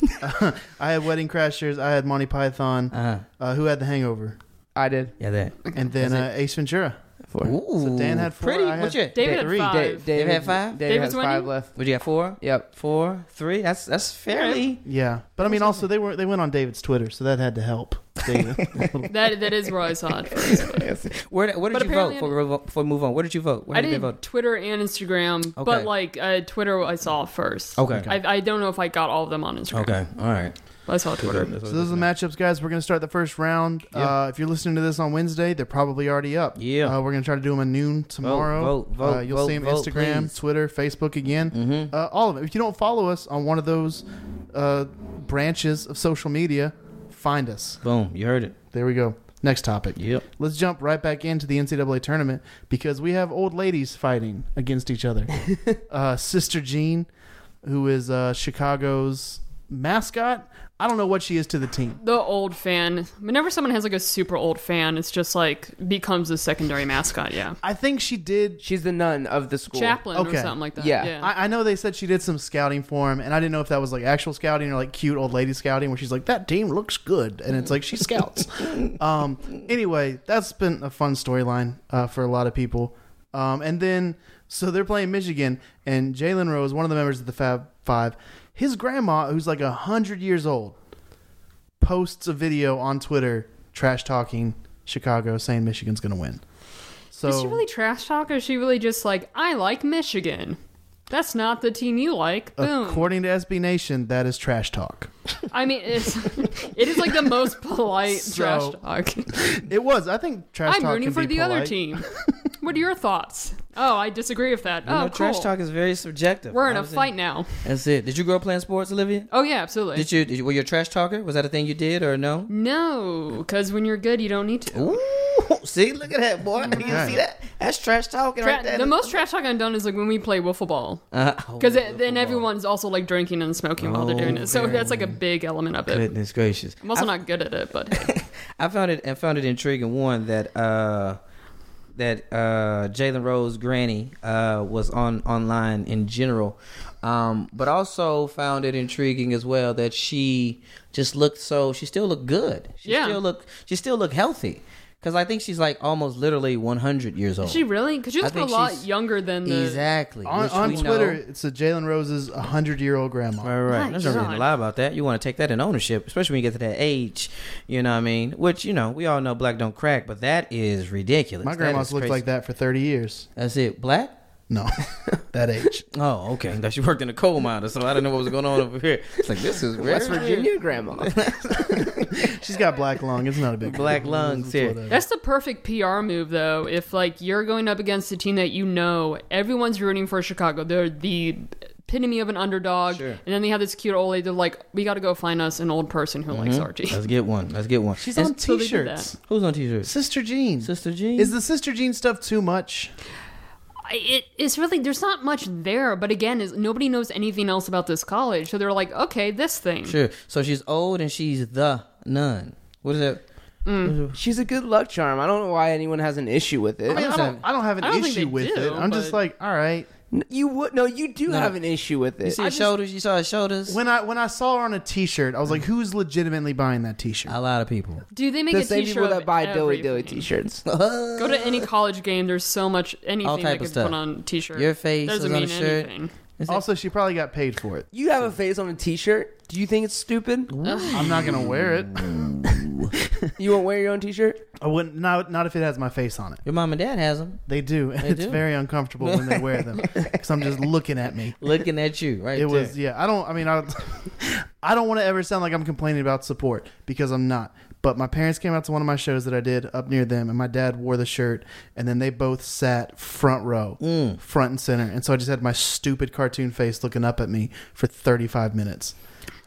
I had Wedding Crashers. I had Monty Python. Uh huh. Uh, who had The Hangover? I did. Yeah, that. And then uh, Ace Ventura. Four. Ooh. So Dan had four, Pretty. I had- What's your? David Three. at five. Da- David had five? David David's has five winning? left. What you got? Four. Yep. Four. Three. That's that's fairly. Yeah, but I mean, also they were they went on David's Twitter, so that had to help. David. That that is where I saw it first. Where What did But you vote apparently I for? revo- For move on. Where did you vote? Where I did you did vote? Twitter and Instagram, Okay. but like uh, Twitter, I saw it first. Okay. I, I don't know if I got all of them on Instagram. Okay. All right. but I saw Twitter. so those are the matchups, guys. We're gonna start the first round. Uh, if you're listening to this on Wednesday, they're probably already up. Yeah. uh, we're gonna try to do them at noon tomorrow. vote, vote, uh, you'll vote, see them vote, Instagram, please. Twitter, Facebook again. Mhm. Uh, all of it. If you don't follow us on one of those uh, branches of social media, find us. Boom. You heard it. There we go. Next topic. Yep. Let's jump right back into the NCAA tournament because we have old ladies fighting against each other. uh, Sister Jean, who is uh, Chicago's mascot, I don't know what she is to the team. The old fan. Whenever someone has like a super old fan, it's just like becomes a secondary mascot. Yeah, I think she did. She's the nun of the school. Chaplin Okay. or something like that. Yeah. Yeah, I, I know they said she did some scouting for him, and I didn't know if that was like actual scouting or like cute old lady scouting, where she's like, "That team looks good," and it's like she scouts. um, anyway, that's been a fun storyline uh, for a lot of people. Um, and then, so they're playing Michigan, and Jalen Rose, one of the members of the Fab Five, his grandma, who's like a hundred years old, posts a video on Twitter trash talking Chicago, saying Michigan's going to win. So Is she really trash talk, or is she really just like I like Michigan? That's not the team you like. Boom. according to SB Nation, that is trash talk. I mean, it's, it is like the most polite So- trash talk. It was. I think trash I'm talk. rooting can for be the other polite. team. what are your thoughts? Oh, I disagree with that. You oh, know, cool. trash talk is very subjective. We're in a Honestly. fight now. That's it. Did you grow up playing sports, Olivia? Oh yeah, absolutely. Did you, did you? Were you a trash talker? Was that a thing you did or no? No, because when you're good, you don't need to. Ooh, see, look at that boy. You see that? That's trash talking Tra- right there. Uh-huh. the most trash talk I've done is like when we play wiffle ball, Oh, because because then everyone's also like drinking and smoking while they're doing Oh, it. So very that's like a big element of it. Goodness gracious! I'm also I, not good at it, but I found it. I found it intriguing. One that uh, that uh, Jalen Rose granny uh, was on online in general, um, but also found it intriguing as well that she just looked so she still looked good. She Yeah. still look she still looked healthy because I think she's like almost literally 100 years old. Is she really? Because she I looks a think lot she's- younger than the. exactly On, which on we Twitter, know- it's a Jalen Rose's 100 year old grandma. Right, right. My right. There's no reason to God. lie about that. You want to take that in ownership, especially when you get to that age. You know what I mean? Which you know we all know black don't crack, but that is ridiculous. My That grandma's is looked crazy. like that for 30 years. That's it. Black. No, that age. Oh, okay. That she worked in a coal mine or something. I didn't know what was going on over here. It's like this is West weird. Virginia grandma. She's got black lung. It's not a big deal. Black lungs It's here. whatever. That's the perfect PR move, though. If like you're going up against a team that you know everyone's rooting for Chicago, they're the epitome of an underdog, Sure. and then they have this cute old lady. They're like, we got to go find us an old person who Mm-hmm. likes Archie. Let's get one. Let's get one. She's It's- on so they t did shirts. Who's on T-shirts? Sister Jean. Sister Jean. Is the Sister Jean stuff too much? I- It, it's really there's not much there, but again, is nobody knows anything else about this college, so they're like, okay, this thing. sure. So she's old and she's the nun. What is that? She's a good luck charm. I don't know why anyone has an issue with it. I mean, I don't, I don't have an I don't think issue they with do, it. I'm just but- like, all right. N- you would no, you do No. have an issue with You it. see her just- shoulders. You saw her shoulders. When I when I saw her on a T-shirt, I was like, who's legitimately buying that T-shirt? a lot of people. Do they make The a same t-shirt people of that buy Dilly everything? Dilly T-shirts. Go to any college game. There's so much anything All type that of gets stuff. put on t-shirt. Your face doesn't is on mean a shirt. anything. Is it- Also, she probably got paid for it. You have a face on a T-shirt. Do you think it's stupid? I'm not gonna wear it. You won't wear your own T-shirt? I wouldn't. Not not if it has my face on it. Your mom and dad has them They do. and it's do. very uncomfortable when they wear them because I'm just looking at me. looking at you right It was yeah. I don't. I mean, I I don't want to ever sound like I'm complaining about support because I'm not. But my parents came out to one of my shows that I did up near them, and my dad wore the shirt, and then they both sat front row, Mm. front and center, and so I just had my stupid cartoon face looking up at me for 35 minutes,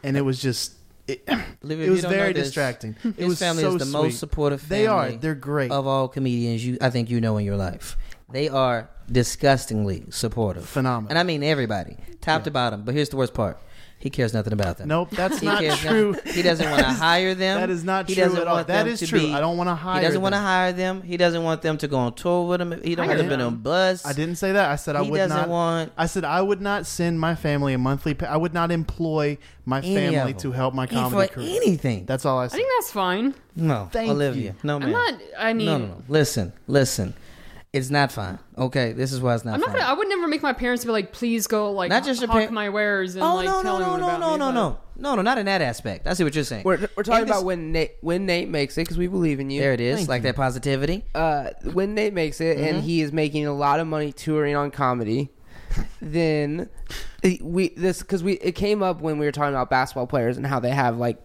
and it was just. It, Olivia, it if was you don't very know this, distracting. It his was family so is the sweet. most supportive They are. family They're great. of all comedians you I think you know in your life. They are disgustingly supportive. Phenomenal. And I mean everybody, top to bottom. But here's the worst part. He cares nothing about them. nope, that's He not cares true. nothing. He doesn't want to hire them. That is not he true doesn't at all. want That them is to true. be- I don't wanna hire He doesn't want to them. hire them. He doesn't want them to go on tour with him. He don't want Hire them to be them. on bus. I didn't say that. I said I He would doesn't not want- I said I would not send my family a monthly. Pay, I would not employ my Any of family them. to help my He comedy for career. anything. That's all I I said. think that's fine. no, Thank Olivia. you. No, Oh, man. I'm not. I mean, no, no, no. Listen, listen. It's not fine. Okay, this is why it's not I'm not fine. gonna. I would never make my parents be like, please go like Not just your hawk par- my wares and oh like no, tell no, no, everyone no, about no, me, no, but- no, no, no, not in that aspect. I see what you're saying. We're, we're talking In about this- when Nate when Nate makes it because we believe in you. there it is, Thank like that positivity. uh, when Nate makes it Mm-hmm. and he is making a lot of money touring on comedy, then we this because we it came up when we were talking about basketball players and how they have like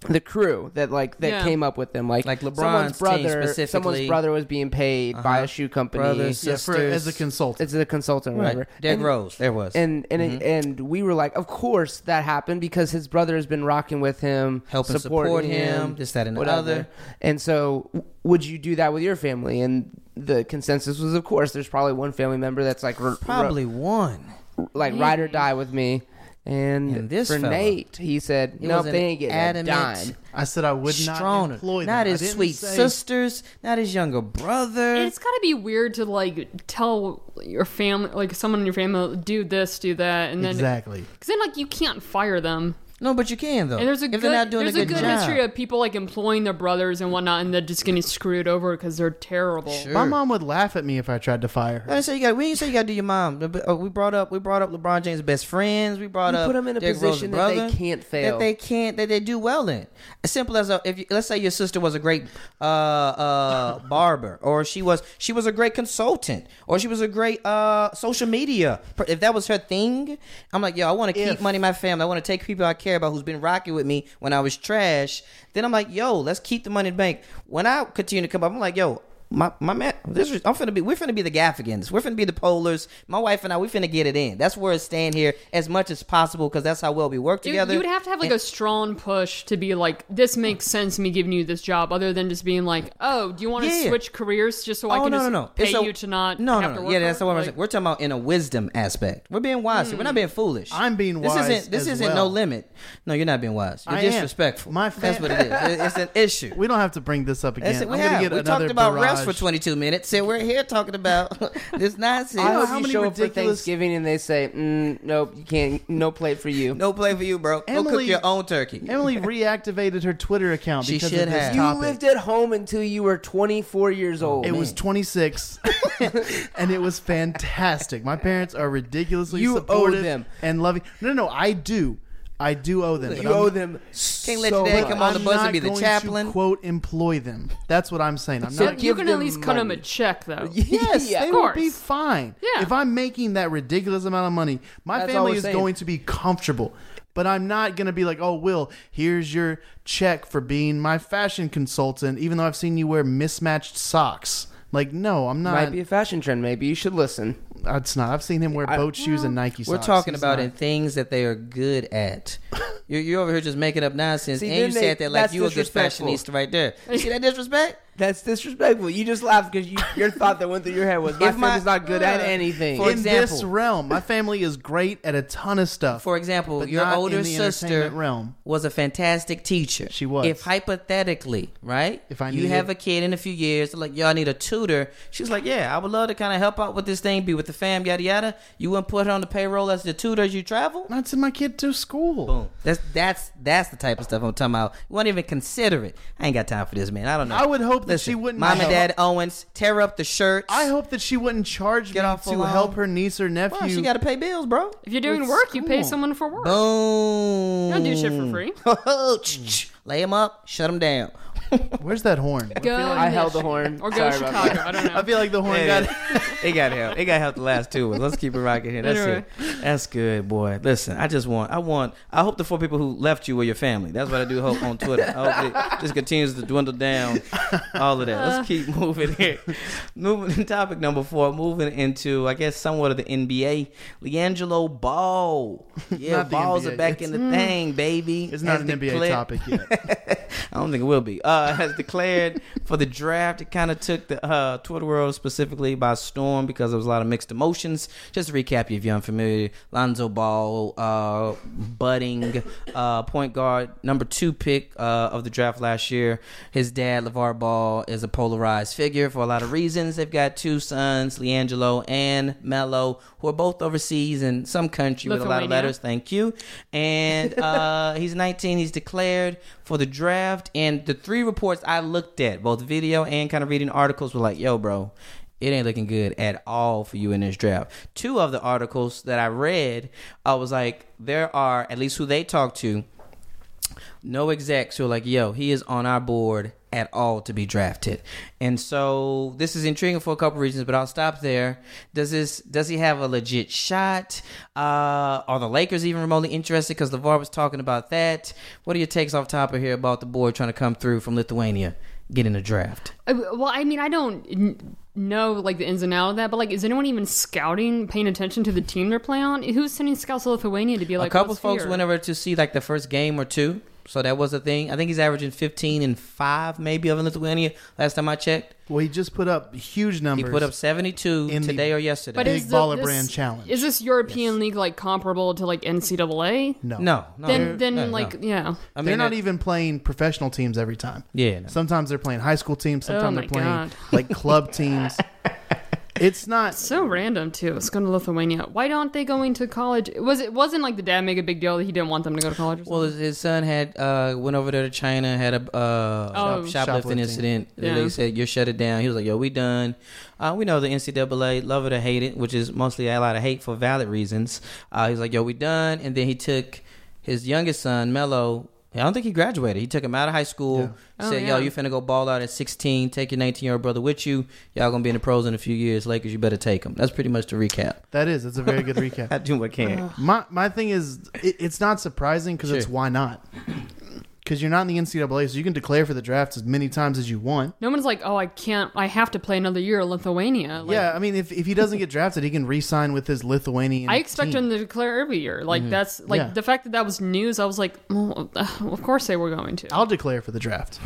the crew that like that Yeah. came up with them like Like LeBron's someone's team brother specifically. Uh-huh. someone's brother was being paid by a shoe company Brothers. yeah, for, sisters. as a consultant. it's a consultant or Right, whatever Derrick And- Rose. There was and and it, Mm-hmm. and we were like, of course that happened because his brother has been rocking with him, Helping supporting support him, this, that, and the whatever. other. And so, w- would you do that with your family? And the consensus was, of course, there's probably one family member that's like, r- probably one. r- like ride or die with me. And, And this for fella, Nate, he said, he no, was an they ain't getting adamant- a dime. I said I would not Stronger. employ them. not I his didn't sweet say- sisters, not his younger brother. It's gotta be weird to like tell your family, like someone in your family, do this, do that, and then Exactly. Because then, like, you can't fire them. no, but you can though. And there's a if good, they're not doing there's a good, job. history of people like employing their brothers and whatnot, and they're just getting screwed over because they're terrible. Sure. My mom would laugh at me if I tried to fire her. I didn't say you got. We didn't say you got to do your mom. But, uh, We brought up. We brought up LeBron James' best friends. We brought You up. put 'em in a Derrick position Rose's that they brother, can't fail. That they can't. That they do well in. As simple as a, if you, let's say your sister was a great uh, uh, barber, or she was she was a great consultant, or she was a great uh, social media. per- If that was her thing, I'm like, yo, I want to keep If. money in my family. I want to take people I care about who's been rocking with me when I was trash. Then I'm like, yo, let's keep the money in the bank. When I continue to come up, I'm like, yo, my my man, this is, I'm finna be. We're finna be the Gaffigans. We're finna be the Polars. My wife and I, we finna get it in. That's where it's staying here as much as possible because that's how well we work You- together. You would have to have like a strong push to be like, this makes sense me giving you this job, other than just being like, oh, do you want to Yeah. switch careers just so I oh can no no just no! pay It's a- you to not no have no to no. work yeah that's hard? what I'm Like, Mm. saying. We're talking about in a wisdom aspect. We're being wise. here. We're not being foolish. I'm being This wise isn't this as isn't no well. limit. No, you're not being wise. You're I am. disrespectful. My fa- that's what it is. It- It's an issue. We don't have to bring this up again. That's it. I'm We gonna have. get We another talked about barrage for 22 minutes, and we're here talking about this nonsense. I hope how you many show up for ridiculous- Thanksgiving and they say, mm, "Nope, you can't. No plate for you." no play for you, bro. Go cook Emily- your own turkey. Emily reactivated her Twitter account She because should of this have. You topic. lived at home until you were 24 years Oh, old. it was 26, and it was fantastic. My parents are ridiculously You owe supportive them. and loving. No, no, no, I do. I do owe them. but you I'm- owe them. Can't let your dad come on the bus and not be the going chaplain. To, quote employ them. That's what I'm saying. I'm So not. give you can at them least cut him a money. check though. Yes, Yeah, they of will be course. fine. Yeah. If I'm making that ridiculous amount of money, my That's all family we're is saying. going to be comfortable. But I'm not going to be like, oh, Will, here's your check for being my fashion consultant, even though I've seen you wear mismatched socks. Like, no, I'm Might not. be a fashion trend. Maybe you should listen. That's not. I've seen him wear boat shoes and Nike socks. We're talking He's about not- in things that they are good at. you're, you're over here just making up nonsense, See, and then you they- said that like that's you a good disrespectful. fashionista right there. You see that disrespect? That's disrespectful. You just laughed because you, your thought that went through your head was, "My If my- family's not good at uh, anything." for in example. this realm. My family is great at a ton of stuff. For example, But your not in older the sister entertainment realm. was a fantastic teacher. She was. If hypothetically, right? If I you needed- have a kid in a few years, they're like y'all need a tutor. She's like, yeah, I would love to kind of help out with this thing, be with the fam, yada yada. You wouldn't put her on the payroll as the tutor as you travel. not send my kid to school. Boom. That's that's that's the type of stuff I'm talking about. You won't even consider it. I ain't got time for this, man. I don't know. I would hope that she wouldn't- Mom I and Dad Owens tear up the shirts. I hope that she wouldn't charge Get me off to the lawn. help her niece or nephew. Well, she got to pay bills, bro. If you're doing With work, you pay school. someone for work. Boom. You don't do shit for free. Ch-ch-ch. Lay him up. Shut him down. Where's that horn? Go I held the Michigan. horn. Or go Sorry about Chicago. I don't know. I feel like the horn Hey. got. it got help. It got help the last two ones. Let's keep it rocking here. That's Anyway. it. That's good, boy. Listen, I just want, I want, I hope the four people who left you were your family. That's what I do hope on Twitter. I hope it just continues to dwindle down. All of that. Let's keep moving here. Moving topic number four. Moving into, I guess, somewhat of the NBA. Leangelo Ball. Yeah, Not the balls NBA. are back in the thing, baby. It's not Has an NBA declared- topic yet. I don't think it will be. Uh, has declared for the draft. It kind of took the uh, Twitter world specifically by storm because there was a lot of mixed emotions. Just to recap you if you're unfamiliar. Lonzo Ball, uh, budding uh, point guard, number two pick uh, of the draft last year. His dad, LeVar Ball, is a polarized figure for a lot of reasons. They've got two sons, LiAngelo and Mello, who are both overseas in some country with a lot of Lithuania. letters letters, Thank you. And uh, he's 19. He's declared for the draft. And the three reports I looked at, both video and kind of reading articles, were like, yo, bro, it ain't looking good at all for you in this draft. Two of the articles that I read, I was like, there are, at least who they talked to, no execs who are like, yo, he is on our board at all to be drafted. And so this is intriguing for a couple reasons, but I'll stop there. Does this does he have a legit shot? Uh, are the Lakers even remotely interested? Because LeVar was talking about that. What are your takes off top of here about the boy trying to come through from Lithuania, get in the draft? I- Uh, Well, I mean, I don't n- know like the ins and outs of that, but like, is anyone even scouting, paying attention to the team they're playing on? Who's sending scouts to Lithuania to be like a couple "What's folks here?" went over to see like the first game or two. So that was a thing. I think he's averaging 15 and 5 maybe of Lithuania last time I checked. Well, he just put up huge numbers. He put up 72 In the- today or yesterday. But Big is the- Baller this- Brand Challenge. Is this European league like comparable to like NCAA? no, No, no. Then, then no, no. like, yeah. I mean, they're not it- even playing professional teams every time. Yeah, no. Sometimes they're playing high school teams. Sometimes Oh my they're playing God. like club teams. It's not. So random too. It's going to Lithuania. Why aren't they going to college? Was it wasn't like the dad make a big deal that he didn't want them to go to college? Or Well, his, his son had uh, went over there to China, had a uh, Oh. shop- shoplifting, Shoplifting. incident. Yeah. They said you're shut it down. He was like, "Yo, we done." Uh, we know the NCAA love it or hate it, which is mostly a lot of hate for valid reasons. Uh, he's like, "Yo, we done," and then he took his youngest son, Mello. I don't think he graduated. He took him out of high school. Yeah. Said, Oh, "Yo, yeah. you finna go ball out at 16. Take your 19 year old brother with you. Y'all gonna be in the pros in a few years. Lakers, you better take him." That's pretty much the recap. That is. That's a very good recap. I do what I can. My my thing is, it, it's not surprising because it's Sure. why not? Because you're not in the NCAA, so you can declare for the draft as many times as you want. No one's like, oh, I can't. I have to play another year in Lithuania. Like, yeah, I mean, if, if he doesn't get drafted, he can re-sign with his Lithuanian. I expect team. him to declare every year. Like that's like Mm-hmm. Yeah. the fact that that was news. I was like, well, uh, of course they were going to. I'll declare for the draft.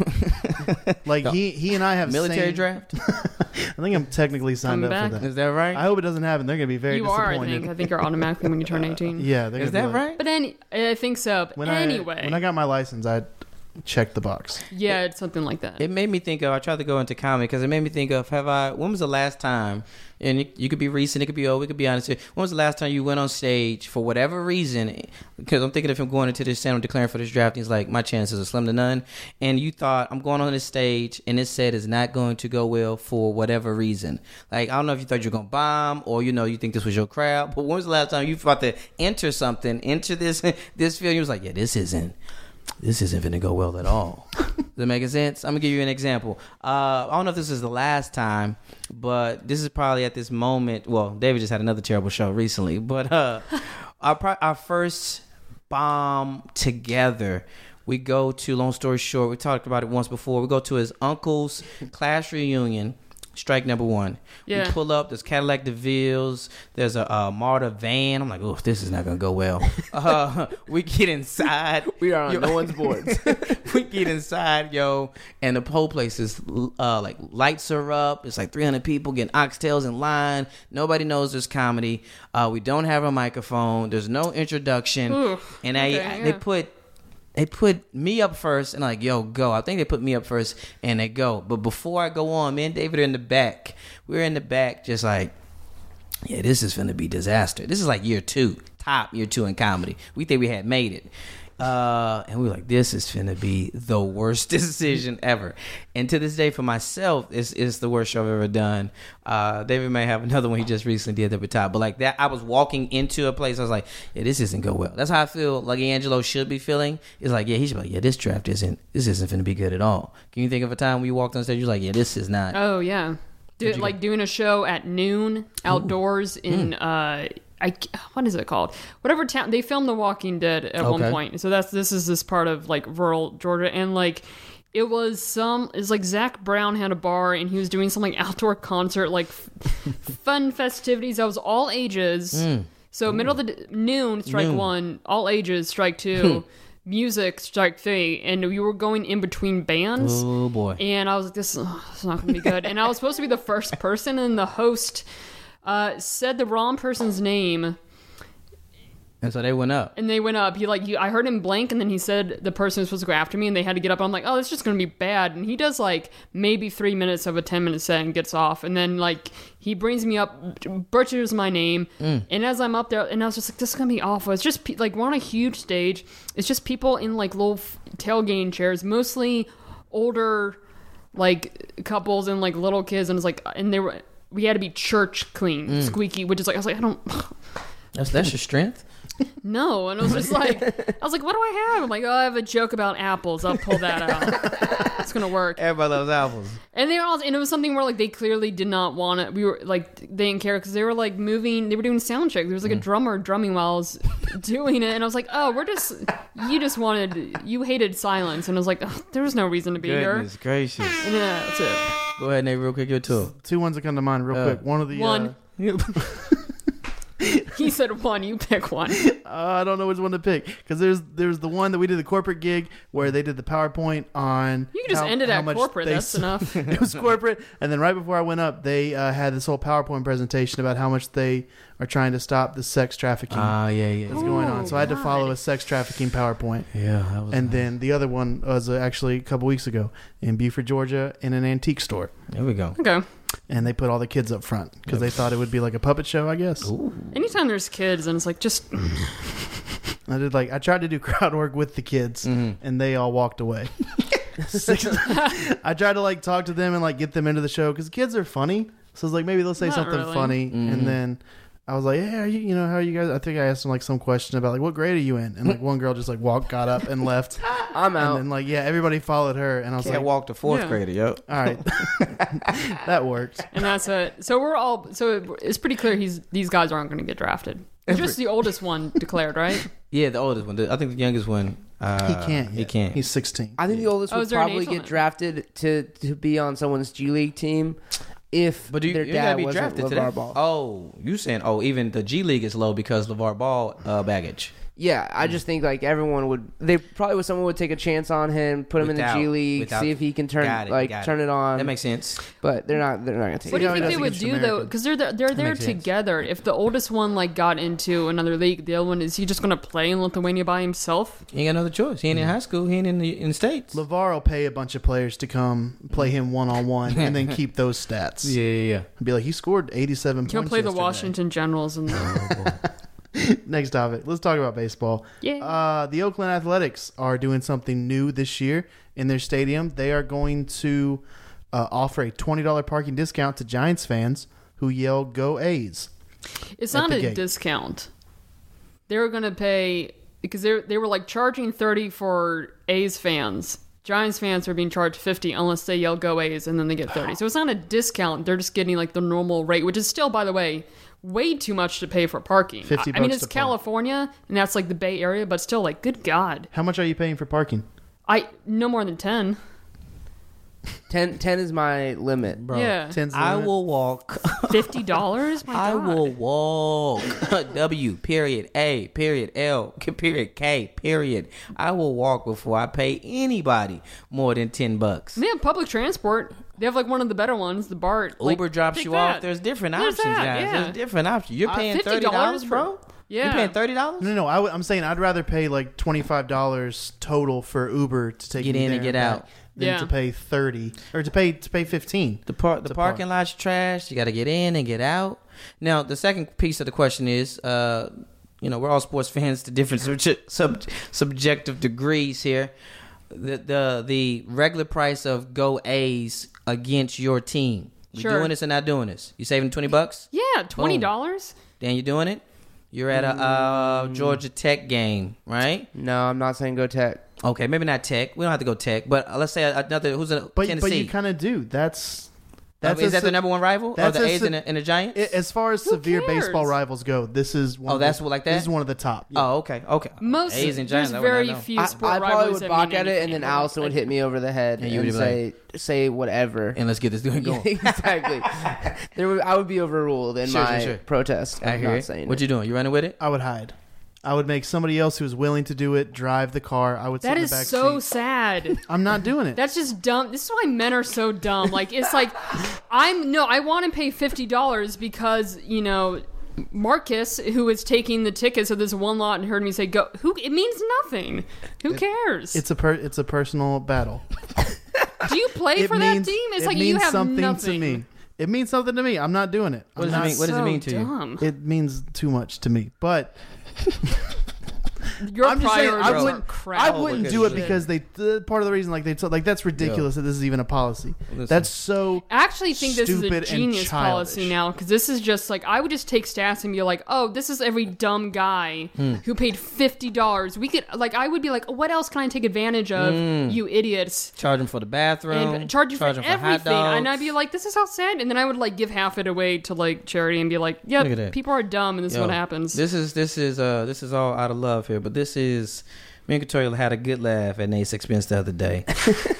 like he he and I have Military same- draft. I think I'm technically signed Come up for back. that. Is that right? I hope it doesn't happen. They're going to be very you are, disappointed. I think. I think you're automatically when you turn 18. Yeah, they're Is gonna that be like- right? But any, I think so. When anyway, I, when I got my license, I check the box. Yeah, it's something like that. It made me think of. I tried to go into comedy because it made me think of. Have I? When was the last time? And you, you could be recent. It could be old. We could be honest. Here, when was the last time you went on stage for whatever reason? Because I'm thinking of him going into this channel declaring for this draft. He's like, my chances are slim to none. And you thought I'm going on this stage, and it said it's not going to go well for whatever reason. Like I don't know if you thought you were gonna bomb, or you know you think this was your crowd. But when was the last time you thought to enter something, enter this this field? You was like, yeah, this isn't this isn't going to go well at all. Does that make sense? I'm going to give you an example. Uh, I don't know if this is the last time, but this is probably at this moment. Well, David just had another terrible show recently, but uh, our, pro- our first bomb together. We go to, long story short, we talked about it once before. We go to his uncle's class reunion. Strike number one. Yeah. We pull up. There's Cadillac DeVille's. There's a, uh Marta van. I'm like, oh, this is not gonna go well. uh, we get inside. We are on Yo- no one's boards. we get inside, yo, and the whole place is uh, like lights are up. It's like 300 people getting oxtails in line. Nobody knows there's comedy. Uh, we don't have a microphone. There's no introduction, Ooh, and I okay, they yeah. put. They put me up first and like, yo, go. I think they put me up first and they go. But before I go on, me and David are in the back. We're in the back just like, yeah, this is gonna be disaster. This is like year two, top year two in comedy. We think we had made it. Uh, and we were like, this is gonna be the worst decision ever. And to this day, for myself, it's, it's the worst show I've ever done. Uh, David may have another one he just recently did at the top, but like that, I was walking into a place. I was like, yeah, this isn't go well. That's how I feel. Like Angelo should be feeling. It's like, yeah, he should be like, yeah, this draft isn't. This isn't gonna be good at all. Can you think of a time when you walked on stage? You're like, yeah, this is not. Oh yeah, Do, you like doing a show at noon outdoors in uh, I c- what is it called? Whatever town they filmed The Walking Dead at Okay. one point. So that's this is this part of like rural Georgia and like. It was some. It's like Zach Brown had a bar and he was doing some like outdoor concert, like f- fun festivities. That was all ages. So middle of the d- noon, strike one. All ages, strike two. music, strike three. And we were going in between bands. Oh boy. And I was like, this, ugh, this is not going to be good. and I was supposed to be the first person, and the host uh, said the wrong person's name, And so they went up. and they went up. He like, he, I heard him blank, and then he said the person was supposed to go after me, and they had to get up. I'm like, oh, it's just going to be bad. And he does like maybe three minutes of a ten minute set and gets off, and then like he brings me up, butchers my name, and as I'm up there, and I was just like, this is going to be awful. It's just pe- like we're on a huge stage. It's just people in like little f- tailgating chairs, mostly older like couples and like little kids and it's like and they were we had to be church clean squeaky which is like i was like i don't That's that's your strength. know and i was just like i was like what do i have i'm like oh i have a joke about apples i'll pull that out it's gonna work Everybody loves apples. and they were all and it was something where like they clearly did not want it we were like they didn't care because they were like moving they were doing sound check there was like Mm. a drummer drumming while i was doing it and i was like oh we're just you just wanted you hated silence and i was like oh, there was no reason to be Goodness gracious. here yeah uh, that's it Go ahead, Nate, real quick, your tour. Two ones that come to mind real Uh, quick. One of the one. Uh, he said one. You pick one. Uh, I don't know which one to pick because there's there's the one that we did the corporate gig where they did the PowerPoint on. You can just how- end it how at much corporate. they That's s- enough. it was corporate, and then right before I went up, they uh, had this whole PowerPoint presentation about how much they are trying to stop the sex trafficking Ah, yeah, yeah. that's going on. Oh, So I had to God. follow a sex trafficking PowerPoint. Yeah, that was And then the other one was uh, actually a couple weeks ago in Beaufort, Georgia, in an antique store, There we go. Okay. and they put all the kids up front because they thought it would be like a puppet show, I guess. Anytime there's kids and it's like just I did like I tried to do crowd work with the kids, and they all walked away. Six- I tried to like talk to them and like get them into the show because kids are funny. So it's like maybe they'll say Not something really. funny, Mhm. and then I was like, "Hey, are you? You know, how are you guys?" I think I asked them like some question about like what grade are you in, and like one girl just like walked, got up, and left, I'm and out. then like yeah, everybody followed her, and I was Can't like, walk to fourth Yeah. grader, yo. "All right, that worked." and that's it. So we're all so it, it's pretty clear he's these guys aren't going to get drafted. It's just the oldest one declared, right? Yeah, the oldest one. The- I think the youngest one. Uh, he can't. He yet. can't. He's sixteen. I think the oldest Oh, would is there an probably age get limit? drafted to to be on someone's G League team if but do you, their you gotta dad be wasn't drafted LeVar today. Ball. Oh, you saying? Oh, even the G League is low because LeVar Ball uh, baggage. Yeah, I just think like everyone would. They probably would. Someone would take a chance on him, put him Without- in the G League, without- see if he can turn got it, like got turn it, on. That makes sense. but they're not. They're not gonna take. What do it. Yeah, you think that's they would against do America. though? Because they're they're, they're there makes sense. together. If the oldest one like got into another league, the other one is he just going to play in Lithuania by himself? He ain't got another choice. He ain't in high school. He ain't in the in the states. Lavar will pay a bunch of players to come play him one on one and then keep those stats. yeah, yeah, And be like, he scored 87 He'll points. play the yesterday. Washington Generals and the, Next topic. Let's talk about baseball. yeah. Uh, the Oakland Athletics are doing something new this year in their stadium. They are going to uh, offer a $20 parking discount to Giants fans who yell, Go A's. It's at not the a gate. discount. They were going to pay because they they were like charging thirty for A's fans. Giants fans are being charged fifty unless they yell "Go A's" and then they get thirty. So it's not a discount. They're just getting like the normal rate, which is still, by the way, way too much to pay for parking. 50 I, I mean, bucks it's to park. California and that's like the Bay Area, but still, like, good God, How much are you paying for parking? I no more than ten. Ten, 10 is my limit. bro. yeah, Tens the I limit? will walk. fifty dollars. I will walk. w period A period L K- period K period. I will walk before I pay anybody more than ten bucks. They have public transport. They have like one of the better ones, the BART. Like, Uber drops pick you that. off. There's different There's options, that, guys. yeah. There's different options. You're paying $50 thirty dollars, for- bro. Yeah. You're paying thirty No, dollars. no, no. I w- I'm saying I'd rather pay like twenty five dollars total for Uber to take Get me in and there get back out. than Yeah. to pay thirty or to pay to pay fifteen. The park, the a park. parking lot's trash. You got to get in and get out. Now, the second piece of the question is, uh, you know, we're all sports fans to different subje- sub- subjective degrees here. The the the regular price of go A's against your team. You Sure. doing this and not doing this. You saving twenty bucks? Yeah, twenty dollars. Dan, you doing it? You're at a uh, Mm. Georgia Tech game, right? No, I'm not saying go Tech. Okay, maybe not Tech. We don't have to go Tech, but uh, let's say another who's in But Tennessee. but you kind of do. That's Uh, that's is a that se- the number one rival? Or that's the a A's se- and the, and the Giants? i- as far as Who severe cares? baseball rivals go. This is one Oh, of the- that's what- like that? This is one of the top. Oh, okay, okay. Most A's and Giants. I there's would not very know. few I, sport I probably rivals would that balk mean at it, and then anything. Allison would hit me over the head And and, you would be say, "Say whatever." And let's get this doing Yeah, going. exactly. there would, I would be overruled in Sure, sure, my sure. protest. I'm I hear not it. saying What it. you doing? You running with it? I would hide. I would make somebody else who is willing to do it drive the car. I would. sit That in is the back so seat. sad. I'm not doing it. That's just dumb. This is why men are so dumb. Like it's like I'm no, I want to pay fifty dollars because you know Marcus, who is taking the tickets of this one lot and heard me say go, who it means nothing. Who cares? it's a per, it's a personal battle. Do you play it for means that team? It's it like means you have something nothing. to me. It means something to me. I'm not doing it. What I'm does it not mean? What does it So mean to you? dumb. It means too much to me. But Your I'm just saying, priorities I are wouldn't, crap. I wouldn't Oh, do it shit. because they. The, part of the reason, like they, told, like that's ridiculous that this is even a policy. That's so. I actually think this is stupid a and genius policy childish. now because this is just like I would just take stats and be like, oh, this is every dumb guy Hmm. who paid fifty dollars. We could like I would be like, what else can I take advantage of, Hmm. you idiots? Charging for the bathroom. And charge you for charging hot everything, dogs. and I'd be like, "This is how sad." And then I would like give half it away to like charity, and be like, Look at that. "Yep, people are dumb, and this Yo, is what happens." This is this is uh this is all out of love here, but this is me and Katoya had a good laugh at Nate's expense the other day,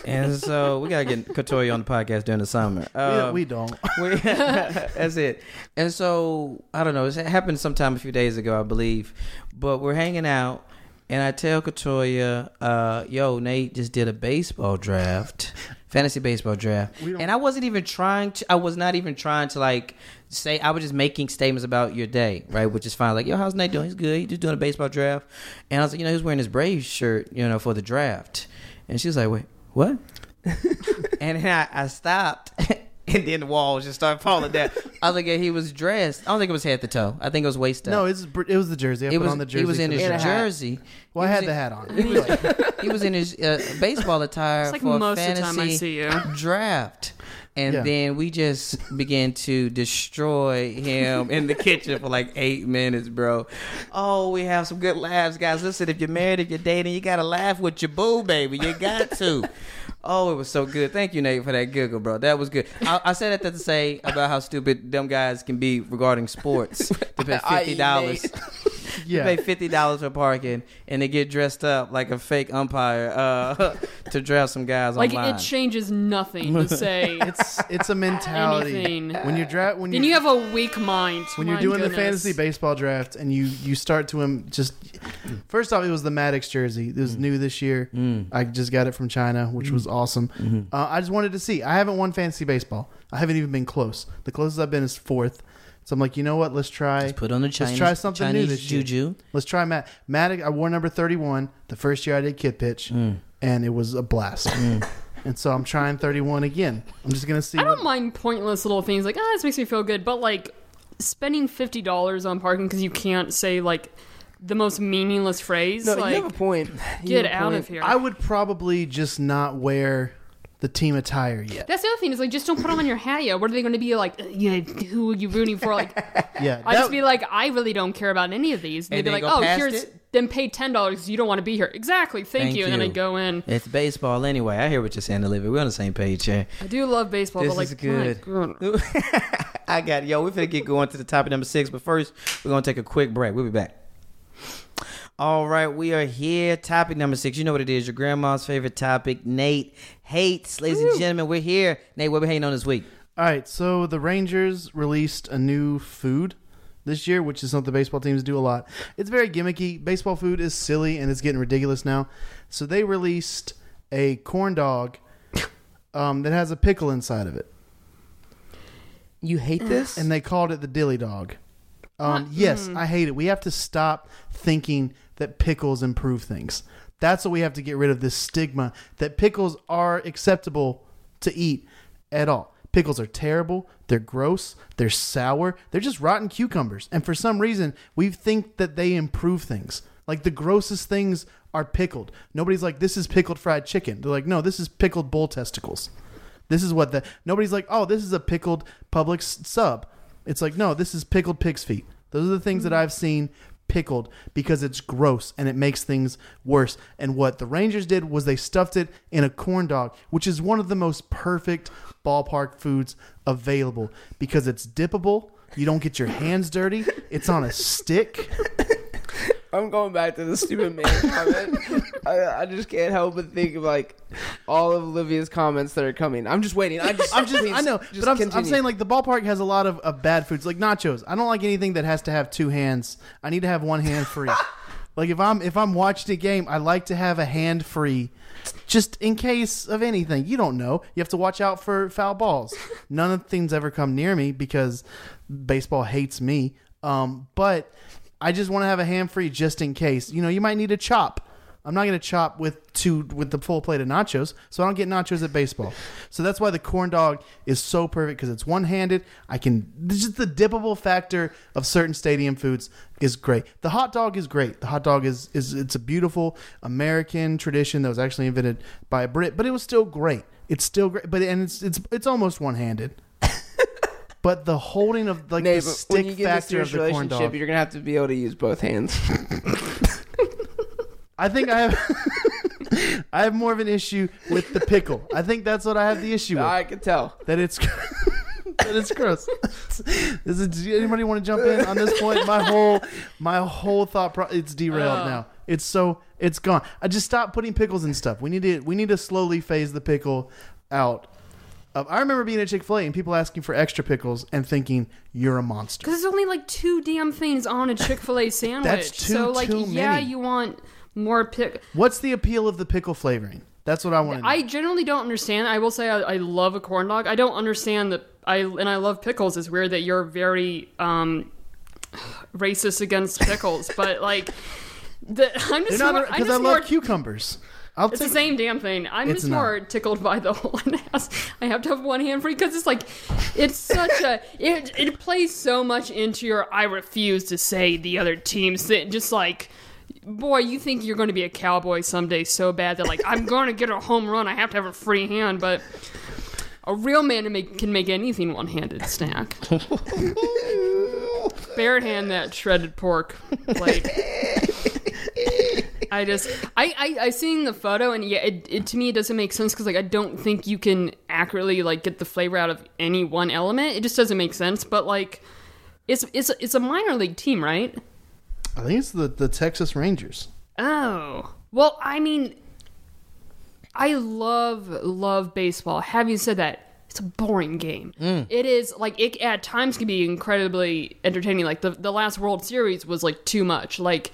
and so we gotta get Katoya on the podcast during the summer. Um, we, we don't. We- that's it. And so I don't know. It happened sometime a few days ago, I believe. But we're hanging out, and I tell Katoya, uh, "Yo, Nate just did a baseball draft, fantasy baseball draft." We don't- And I wasn't even trying to. I was not even trying to like say. I was just making statements about your day, right? Which is fine. Like, "Yo, how's Nate doing? He's good. He's just doing a baseball draft." And I was like, "You know, he's wearing his Braves shirt, you know, for the draft." And she was like, "Wait, what?" and then I, I stopped, and then the walls just started falling down. I was like, yeah, he was dressed. I don't think it was head to toe. I think it was waist up. No, it's, br- it was the jersey. I it put was. on the jersey. he was in for his the And a hat. jersey. Well, I He had was the in- hat on. He was in his uh, baseball attire It's like for most of fantasy the time I see you. draft. And Yeah. then we just began to destroy him in the kitchen for like eight minutes, bro. Oh, we have some good laughs, guys. Listen, if you're married, if you're dating, you gotta laugh with your boo, baby. You got to. Oh, it was so good. Thank you, Nate, for that giggle, bro. That was good. I, I said that to say about how stupid dumb guys can be regarding sports. To pay I.e. fifty dollars Nate. Yeah. pay fifty dollars for parking and they get dressed up like a fake umpire uh, to draft some guys like online. it changes nothing to say it's it's a mentality. anything. When you're dra- when Then you you have a weak mind. when you're My doing the goodness. fantasy baseball draft and you you start to him um, just First off, it was the Maddox jersey. It was Mm. new this year. I just got it from China, which was awesome. Mm-hmm. Uh, I just wanted to see. I haven't won fantasy baseball. I haven't even been close. The closest I've been is fourth. So I'm like, you know what? Let's try. Let's put on the Chinese, try something new Chinese this year. juju. Let's try Matt. Matt, I wore number 31 the first year I did kid pitch, Mm. and it was a blast. And so I'm trying 31 again. I'm just going to see. I don't What, mind pointless little things like ah, this makes me feel good, but like spending fifty dollars on parking because you can't say like the most meaningless phrase No, like you have a point. You have get a out of point. here. I would probably just not wear the team attire yet. That's the other thing is like just don't put them on your hat yet. What are they going to be like? uh, Yeah, who are you rooting for? Like Yeah. I that- just be like I really don't care about any of these. And And they'd be then like, you go oh, past here's it? then pay ten dollars. 'cause You don't want to be here. Exactly. Thank, Thank you. And then you. I go in. It's baseball anyway. I hear what you're saying, Olivia. We're on the same page here. I do love baseball, This but like is good. my God. I got it. yo. We're finna get going to the top of number six, but first we're gonna take a quick break. We'll be back. All right, we are here. Topic number six. You know what it is? Your grandma's favorite topic. Nate hates, ladies and gentlemen. We're here. Nate, what we hating on this week? All right, so the Rangers released a new food this year, which is something baseball teams do a lot. It's very gimmicky. Baseball food is silly and it's getting ridiculous now. So they released a corn dog um, that has a pickle inside of it, You hate this? and they called it the dilly dog. Um, yes, I hate it. We have to stop thinking that pickles improve things. That's what we have to get rid of this stigma that pickles are acceptable to eat at all. Pickles are terrible. They're gross. They're sour. They're just rotten cucumbers. And for some reason, we think that they improve things. Like the grossest things are pickled. Nobody's like, this is pickled fried chicken. They're like, no, this is pickled bull testicles. This is what the. Nobody's like, oh, this is a pickled Publix sub. It's like, no, this is pickled pig's feet. Those are the things that I've seen pickled because it's gross and it makes things worse. And what the Rangers did was they stuffed it in a corn dog, which is one of the most perfect ballpark foods available because it's dippable. You don't get your hands dirty. It's on a stick. I'm going back to the stupid man comment. I, I just can't help but think of like all of Olivia's comments that are coming. I'm just waiting. I just, I'm just, please, I know, just but I'm, I'm continue. saying like the ballpark has a lot of, of bad foods, like nachos. I don't like anything that has to have two hands. I need to have one hand free. like if I'm if I'm watching a game, I like to have a hand free, just in case of anything. You don't know. You have to watch out for foul balls. None of the things ever come near me because baseball hates me. Um, but I just want to have a hand free just in case. You know, you might need a chop. I'm not going to chop with two with the full plate of nachos, so I don't get nachos at baseball. So that's why the corn dog is so perfect because it's one handed. I can just the dippable factor of certain stadium foods is great. The hot dog is great. The hot dog is is it's a beautiful American tradition that was actually invented by a Brit, but it was still great. It's still great, but and it's it's it's almost one handed. but the holding of like Nate, the but stick when you get factor this of the corn relationship, dog, you're gonna have to be able to use both hands. I think I have I have more of an issue with the pickle. I think that's what I have the issue with. I can tell. that it's that it's gross. Is it, does anybody want to jump in on this point? My whole my whole thought pro- it's Oh. derailed now. It's so it's gone. I just stopped putting pickles and stuff. We need to we need to slowly phase the pickle out. Uh, I remember being at Chick Fil A and people asking for extra pickles and thinking you're a monster. Because there's only like two damn things on a Chick Fil A sandwich. too- so like, too yeah, many. you want more pick. What's the appeal of the pickle flavoring? That's what I want to know. I generally don't understand. I will say I, I love a corn dog. I don't understand that. I and I love pickles. It's weird that you're very um, racist against pickles, but like, the, I'm They're just not more, I'm because just I more love cucumbers. I'll It's take the same damn thing. I'm It's just more tickled by the whole ass. I have to have one hand free because it's like, it's such a it it plays so much into your. I refuse to say the other teams that just like. Boy, you think you're going to be a cowboy someday so bad that like I'm going to get a home run. I have to have a free hand, but a real man to make, can make anything one-handed snack. Bare hand that shredded pork. Like I just I I, I seen the photo and yeah, it, it to me it doesn't make sense because like I don't think you can accurately like get the flavor out of any one element. It just doesn't make sense. But like, it's it's it's a minor league team, right? I think it's the, the Texas Rangers. Oh well, I mean, I love love baseball. Having said that. It's a boring game. Mm. It is like it at times can be incredibly entertaining. Like the the last World Series was like too much. Like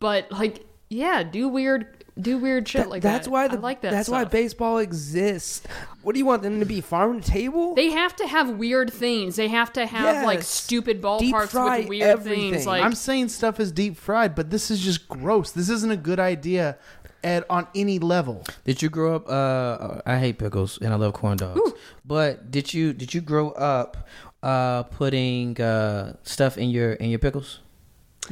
But like, yeah, do weird, do weird shit That- like that's that. why the, I like that. That's why stuff. baseball exists. What do you want them to be? Farm to table? They have to have weird things. They have to have like Yes. stupid Deep ballparks fry with weird everything. things. Like I'm saying stuff is deep fried, but this is just gross. This isn't a good idea at on any level. Did you grow up? Uh, I hate pickles and I love corn dogs. But did you did you grow up uh, putting uh, stuff in your in your pickles?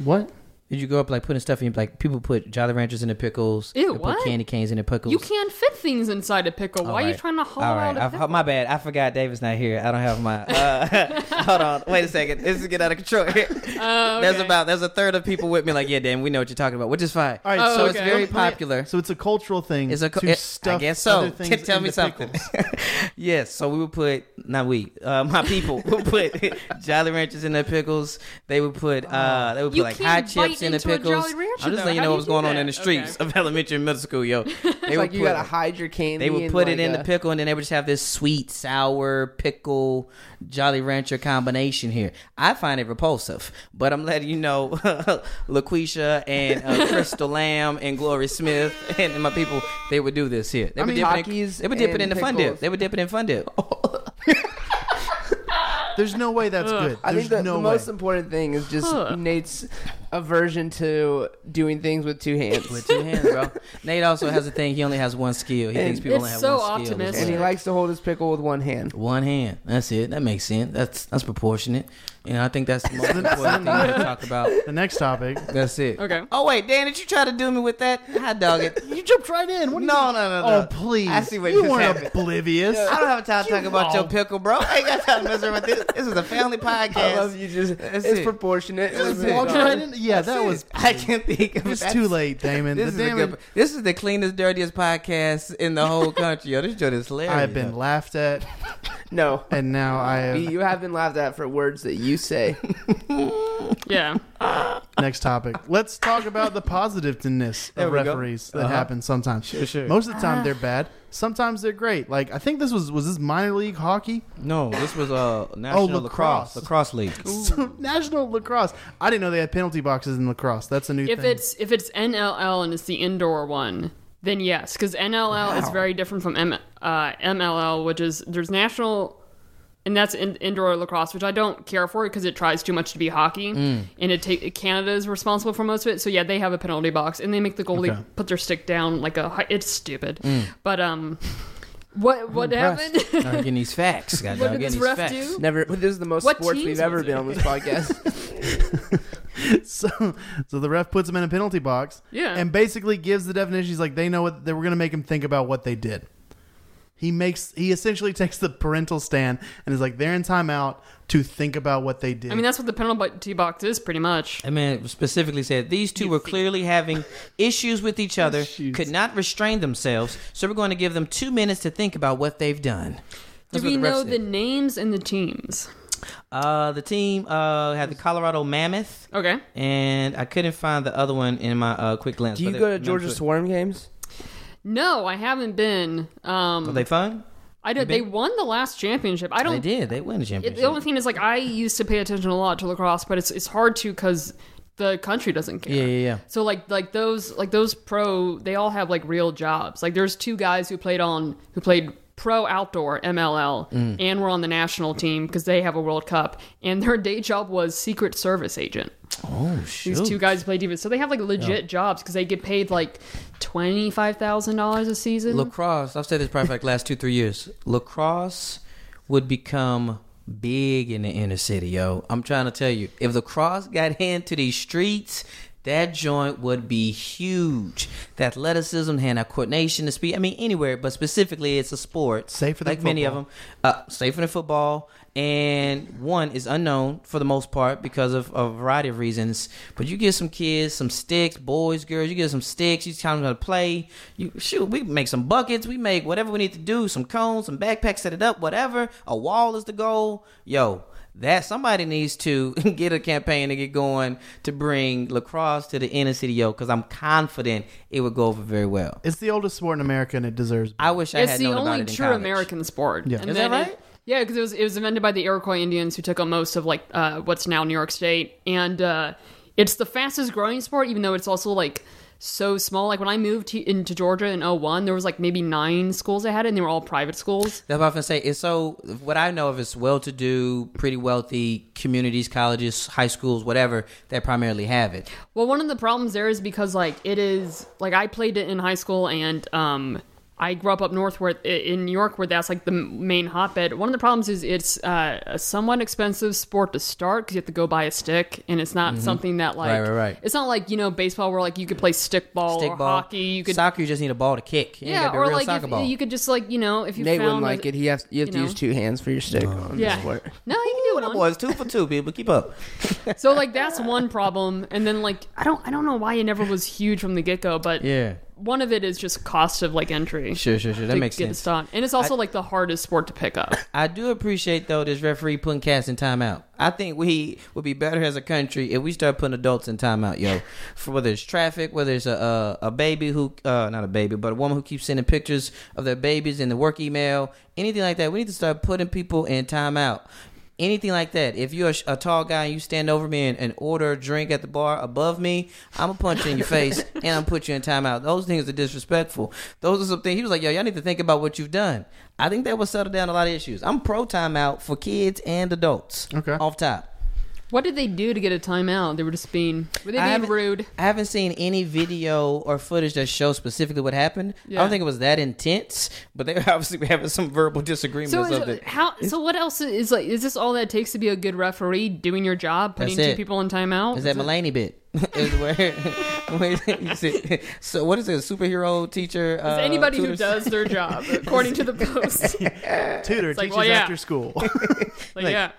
What? Did you grow up like putting stuff in like people put Jolly Ranchers in the pickles? Ew, they what? Put candy canes in the pickles. you can't fit things inside a pickle. All why are you right. trying to haul All out right, a I, pickle? my bad. I forgot David's not here. I don't have my. Uh, hold on, wait a second. This is get out of control. here. Oh, There's okay. about there's a third of people with me. Like, yeah, damn, we know what you're talking about, which is fine. All right, Oh, so okay. it's very popular. So it's a cultural thing. It's a co- to it- stuff I guess so. other things T- tell me into something. pickles. yes, so we would put not we, uh, my people would put Jolly Ranchers in their pickles. They would put uh, Oh. they would put You like can't hot bite chips in the into a pickles. Jolly Rancher, I'm just though. letting you know How do what you was do going on that? in the Okay. streets of elementary and middle school, yo. They It's would like you put- gotta hide your candy. they would and, put like, it in uh, the pickle, and then they would just have this sweet, sour pickle Jolly Rancher combination here. I find it repulsive, but I'm letting you know, LaQuisha and uh, Crystal Lamb and Glory Smith and my people, they would do this here. They I would mean, dip it in, Takis they would dip it and in the fun dip. pickles. Oh, They would dip it in fun dip. There's no way that's good. I think There's the, no the way. most important thing is just Huh. Nate's aversion to doing things with two hands, With two hands, bro. Nate also has a thing. He only has one skill. He And thinks people only have it's so one skill. optimistic. and he likes to hold his pickle with one hand. One hand. That's it. That makes sense. That's that's proportionate. And I think that's the most important thing to talk about. The next topic. That's it. Okay. Oh wait, Dan, did you try to do me with that? Hot dog it. You jumped right in. What do you No, no, mean? no, no. Oh, please. I see what you just weren't happened. oblivious. I don't have time to talk about your pickle, bro. I ain't got time to mess around with this. This is a family podcast. I love you. Just That's it's it. proportionate. That's It's it. Walked done. right in. Yeah, That's that it. was. I can't think of It's that's- too late, Damon. This is, the a Damon. good, this is the cleanest, dirtiest podcast in the whole country. Yo, this joint is hilarious. I've been laughed at, No, and now I have. you have been laughed at for words that you say. yeah. next topic. Let's talk about the positiveness There of we go. referees that Uh-huh. happen sometimes. Sure, sure. Most of the time they're Ah. bad. Sometimes they're great. Like I think this was was this minor league hockey, No, this was uh national Oh, lacrosse. lacrosse lacrosse league. So, national lacrosse. I didn't know they had penalty boxes in lacrosse. That's a new If thing. it's if it's NLL and it's the indoor one, then yes, because NLL is very different from M, uh, MLL, which is there's national, and that's in, indoor lacrosse, which I don't care for because it tries too much to be hockey, Mm. and it take Canada is responsible for most of it. So yeah, they have a penalty box, and they make the goalie Okay. put their stick down like a. hi- It's stupid, but um, what what Mm. impressed. happened? I'm getting these facts, guys. What I'm did getting this these ref facts. do? Never. This is the most What sports teams we've ever was it? been on this podcast. so so the ref puts them in a penalty box Yeah. and basically gives the definition. He's like they know what they were going to make him think about what they did. He makes he essentially takes the parental stand and is like they're in timeout to think about what they did. I mean, that's what the penalty box is pretty much. I mean, specifically said these two were clearly having issues with each other, could not restrain themselves, so we're going to give them two minutes to think about what they've done. Do That's we what the refs know the did. names and the teams? uh, the team uh, had the Colorado Mammoth, Okay. and I couldn't find the other one in my uh, quick glance. Do you but go they- to Georgia Swarm games? No, I haven't been. Um, Were they fun? I don't. They won the last championship. I They don't. did. They won the It, championship. the only thing is, like, I used to pay attention a lot to lacrosse, but it's it's hard to because the country doesn't care. yeah, yeah, yeah. So like like those like those pro they all have like real jobs. Like there's two guys who played on who played pro outdoor MLL Mm. and were on the national team because they have a World Cup and their day job was Secret Service agent. Oh shoot! These two guys played even so they have like legit jobs because they get paid like twenty five thousand dollars a season. lacrosse. I've said this probably for like last two, three years. Lacrosse would become big in the inner city, yo. I'm trying to tell you, if lacrosse got into these streets, that joint would be huge. The athleticism, hand eye coordination, the speed. I mean, anywhere, but specifically, it's a sport. Safer than like many of them. football. Uh, safer than football, and one is unknown for the most part because of, of a variety of reasons. But you get some kids, some sticks, boys, girls. You get some sticks. You tell them how to play. You shoot. We make some buckets. We make whatever we need to do. Some cones, some backpacks, set it up. Whatever. A wall is the goal. Yo. That somebody needs to get a campaign to get going to bring lacrosse to the inner city, yo, because I'm confident it would go over very well. it's the oldest sport in America and it deserves I wish I it's had the known about only it in true college. American sport. Yeah. And Is that then it- right? yeah, because it was it was invented by the Iroquois Indians who took up most of like uh, what's now New York State, and uh, it's the fastest growing sport, even though it's also like so small. Like when I moved to, into Georgia in 01, there was like maybe nine schools I had, it, and they were all private schools. That's what I was gonna say. It's so what I know of is well-to-do, pretty wealthy communities, colleges, high schools, whatever that primarily have it. Well, one of the problems there is because like it is like I played it in high school and um I grew up up north where in New York where that's like the m- main hotbed. One of the problems is it's uh, a somewhat expensive sport to start because you have to go buy a stick and it's not something that like Mm-hmm. Right, right, right. it's not like you know baseball where like you could play stickball or Stick ball, hockey. You could soccer. You just need a ball to kick. You ain't yeah got the or real like soccer if, ball. you could just like you know if you Nate found wouldn't like a- it. He has you have you to know. use two hands for your stick. Oh, on Yeah. this work. No, you can do That one. boys two for two people. Keep up. So like that's one problem, and then like I don't I don't know why it never was huge from the get go, but Yeah. one of it is just cost of like entry. Sure, sure, sure. That to makes get sense. it started. and it's also like the hardest sport to pick up. I do appreciate though this referee putting cats in timeout. I think we would be better as a country if we start putting adults in timeout, yo. For whether it's traffic, whether it's a a, a baby who uh, not a baby, but a woman who keeps sending pictures of their babies in the work email, anything like that. We need to start putting people in timeout. Anything like that. If you're a, sh- a tall guy and you stand over me and, and order a drink at the bar above me, I'm gonna punch you in your face and I'm gonna put you in timeout. Those things are disrespectful. Those are some things. He was like, "Yo, y'all need to think about what you've done." I think that will settle down a lot of issues. I'm pro timeout for kids and adults. Okay. off top. What did they do to get a timeout? They were just being were they I being haven't- rude? I haven't seen any video or footage that shows specifically what happened. I Yeah. don't think it was that intense, but they were obviously were having some verbal disagreements So of is, it. how so what else is like is this all that it takes to be a good referee doing your job putting That's two it. people in timeout? Is that Mulaney bit? is where, where you see- so what is it? A superhero teacher? uh, Is anybody who does their job according to the post? like, Tutor like, teaches well, yeah. after school. yeah.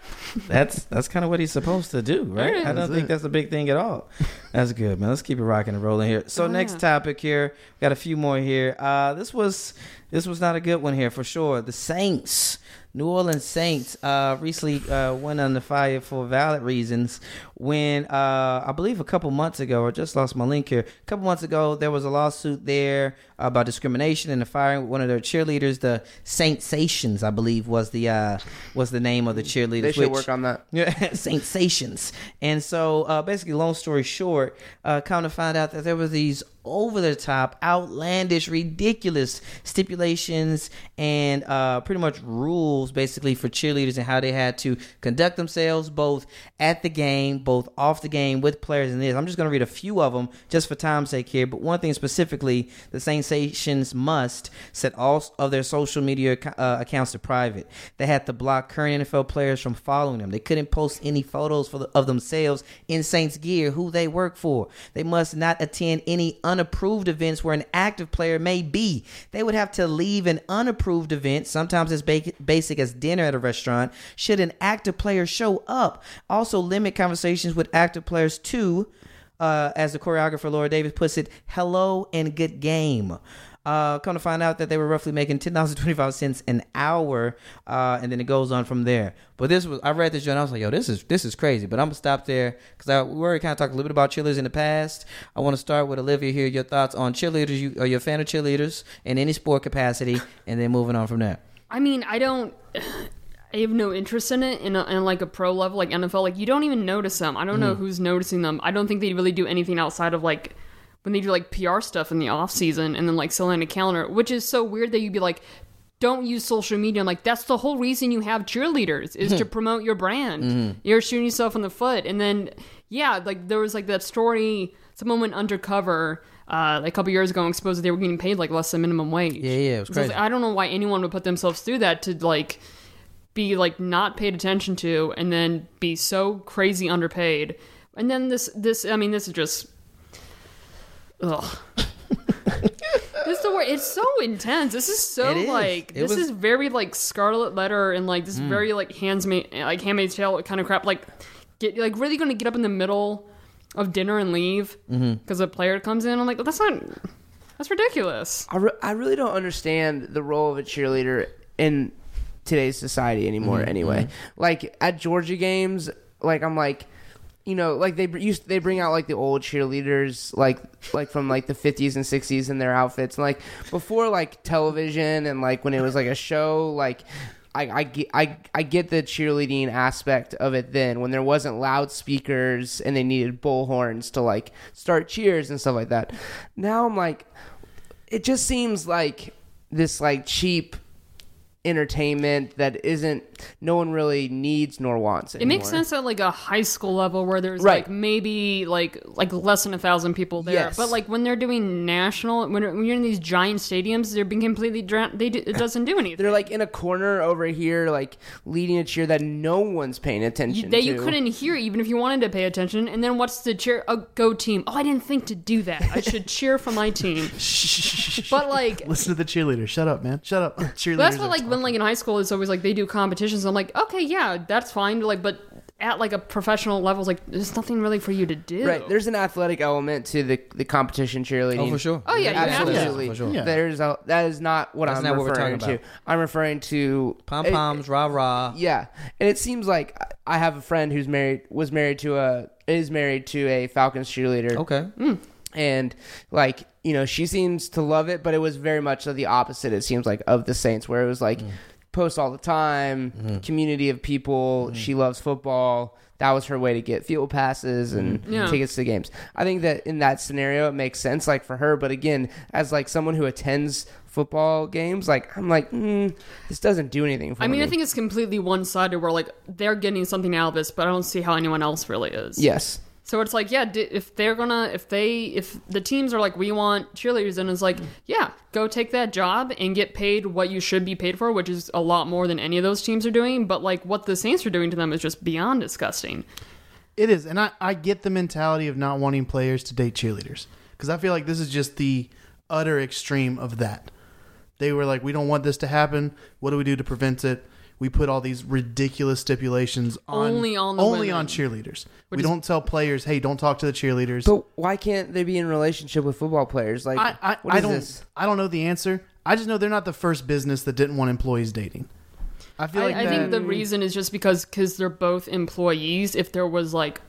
That's that's kind of what he's supposed to do, right? Yeah. I don't That's think it. that's a big thing at all. That's good, man. Let's keep it rocking and rolling here. So next topic here, we got a few more here. Uh, this was this was not a good one here for sure. The Saints, New Orleans Saints, uh, recently uh, went under fire for valid reasons. When uh, I believe a couple months ago, I just lost my link here. A couple months ago, there was a lawsuit there about discrimination and the firing of one of their cheerleaders. The Saint Sations, I believe, was the uh, was the name of the cheerleaders. They should which- work on that. yeah, sensations. And so, uh, basically, long story short, uh, come to find out that there were these over the top, outlandish, ridiculous stipulations and uh, pretty much rules, basically, for cheerleaders and how they had to conduct themselves both at the game, both off the game with players. And this, I'm just going to read a few of them just for time's sake here. But one thing specifically, the sensations must set all of their social media uh, accounts to private. They had to block current NFL players from following them. They couldn't post any photos for the, of themselves in Saints gear, who they work for. They must not attend any unapproved events where an active player may be. They would have to leave an unapproved event, sometimes as ba- basic as dinner at a restaurant, should an active player show up. Also, limit conversations with active players to uh, as the choreographer Laura Davis puts it, hello and good game. Uh, come to find out that they were roughly making ten dollars twenty five cents an hour, uh, and then it goes on from there. But this was I read this and I was like, yo, this is this is crazy. But I'm gonna stop there because we already kind of talked a little bit about cheerleaders in the past. I want to start with Olivia here. Your thoughts on cheerleaders? You are you a fan of cheerleaders in any sport capacity? And then moving on from there. I mean, I don't. I have no interest in it in, a, in like a pro level, like NFL. Like you don't even notice them. I don't Mm. know who's noticing them. I don't think they really do anything outside of like when they do like PR stuff in the off season and then like selling a calendar, which is so weird that you'd be like, don't use social media. I'm like, that's the whole reason you have cheerleaders is to promote your brand. Mm-hmm. You're shooting yourself in the foot. And then yeah, like there was like that story. Someone went undercover uh, a couple years ago and exposed that they were getting paid like less than minimum wage. Yeah, yeah, it was So it's crazy. like, I don't know why anyone would put themselves through that to like be like not paid attention to and then be so crazy underpaid. And then this this I mean this is just ugh. this is the word. It's so intense. This is so It is. like It this was- Mm. is very like Scarlet Letter and like this very like handsmaid like Handmaid's Tale kind of crap. Like get like really going to get up in the middle of dinner and leave because Mm-hmm. a player comes in. I'm like that's not that's ridiculous. I, re- I really don't understand the role of a cheerleader in today's society anymore. Anyway, like at Georgia games, like I'm like, you know, like they br- used they bring out like the old cheerleaders, like like from like the 50s and 60s in their outfits, and like before like television and like when it was like a show, like. I, I, get- I, I get the cheerleading aspect of it then when there wasn't loudspeakers and they needed bullhorns to like start cheers and stuff like that. Now I'm like, it just seems like this like cheap entertainment that isn't no one really needs nor wants It makes anymore. sense at like a high school level where there's Right. like maybe like like less than a thousand people there. Yes. But like when they're doing national, when, when you're in these giant stadiums, they're being completely drowned. They do, it doesn't do anything. They're like in a corner over here, like leading a cheer that no one's paying attention you, that you to. couldn't hear even if you wanted to pay attention. And then what's the cheer? Oh, go team! Oh, I didn't think to do that. I should cheer for my team. But like Listen to the cheerleader. Shut up, man. Shut up. Cheerleaders. But that's are what like when like in high school it's always like they do competitions. I'm like, okay, yeah, that's fine. Like, but at like a professional level, it's like there's nothing really for you to do. Right, there's an athletic element to the the competition cheerleading. Oh, for sure. Oh, yeah, you have to. absolutely. For sure. Yeah. There's a, that is not what That's I'm not what we're referring talking to. I'm referring to Pom poms, rah rah. Yeah, and it seems like I have a friend who's married was married to a is married to a Falcons cheerleader. Okay. and like you know she seems to love it but it was very much the opposite it seems like of the saints where it was like posts all the time community of people she loves football that was her way to get field passes and Yeah. tickets to games i think that in that scenario it makes sense like for her but again as like someone who attends football games like i'm like mm, this doesn't do anything for I mean, me I think it's completely one sided where like they're getting something out of this, but I don't see how anyone else really is. yes So it's like, yeah, d- if they're gonna, if they, if the teams are like, we want cheerleaders, and it's like, yeah, go take that job and get paid what you should be paid for, which is a lot more than any of those teams are doing. But like, what the Saints are doing to them is just beyond disgusting. It is, and I, I get the mentality of not wanting players to date cheerleaders because I feel like this is just the utter extreme of that. They were like, "We don't want this to happen. What do we do to prevent it?" We put all these ridiculous stipulations on Only on the only women. on cheerleaders. we is- don't tell players, "Hey, don't talk to the cheerleaders." but why can't they be in relationship with football players like I, I, what I is don't this I don't know the answer. I just know they're not the first business that didn't want employees dating. I feel I, like I that, think the reason is just because because they're both employees. If there was like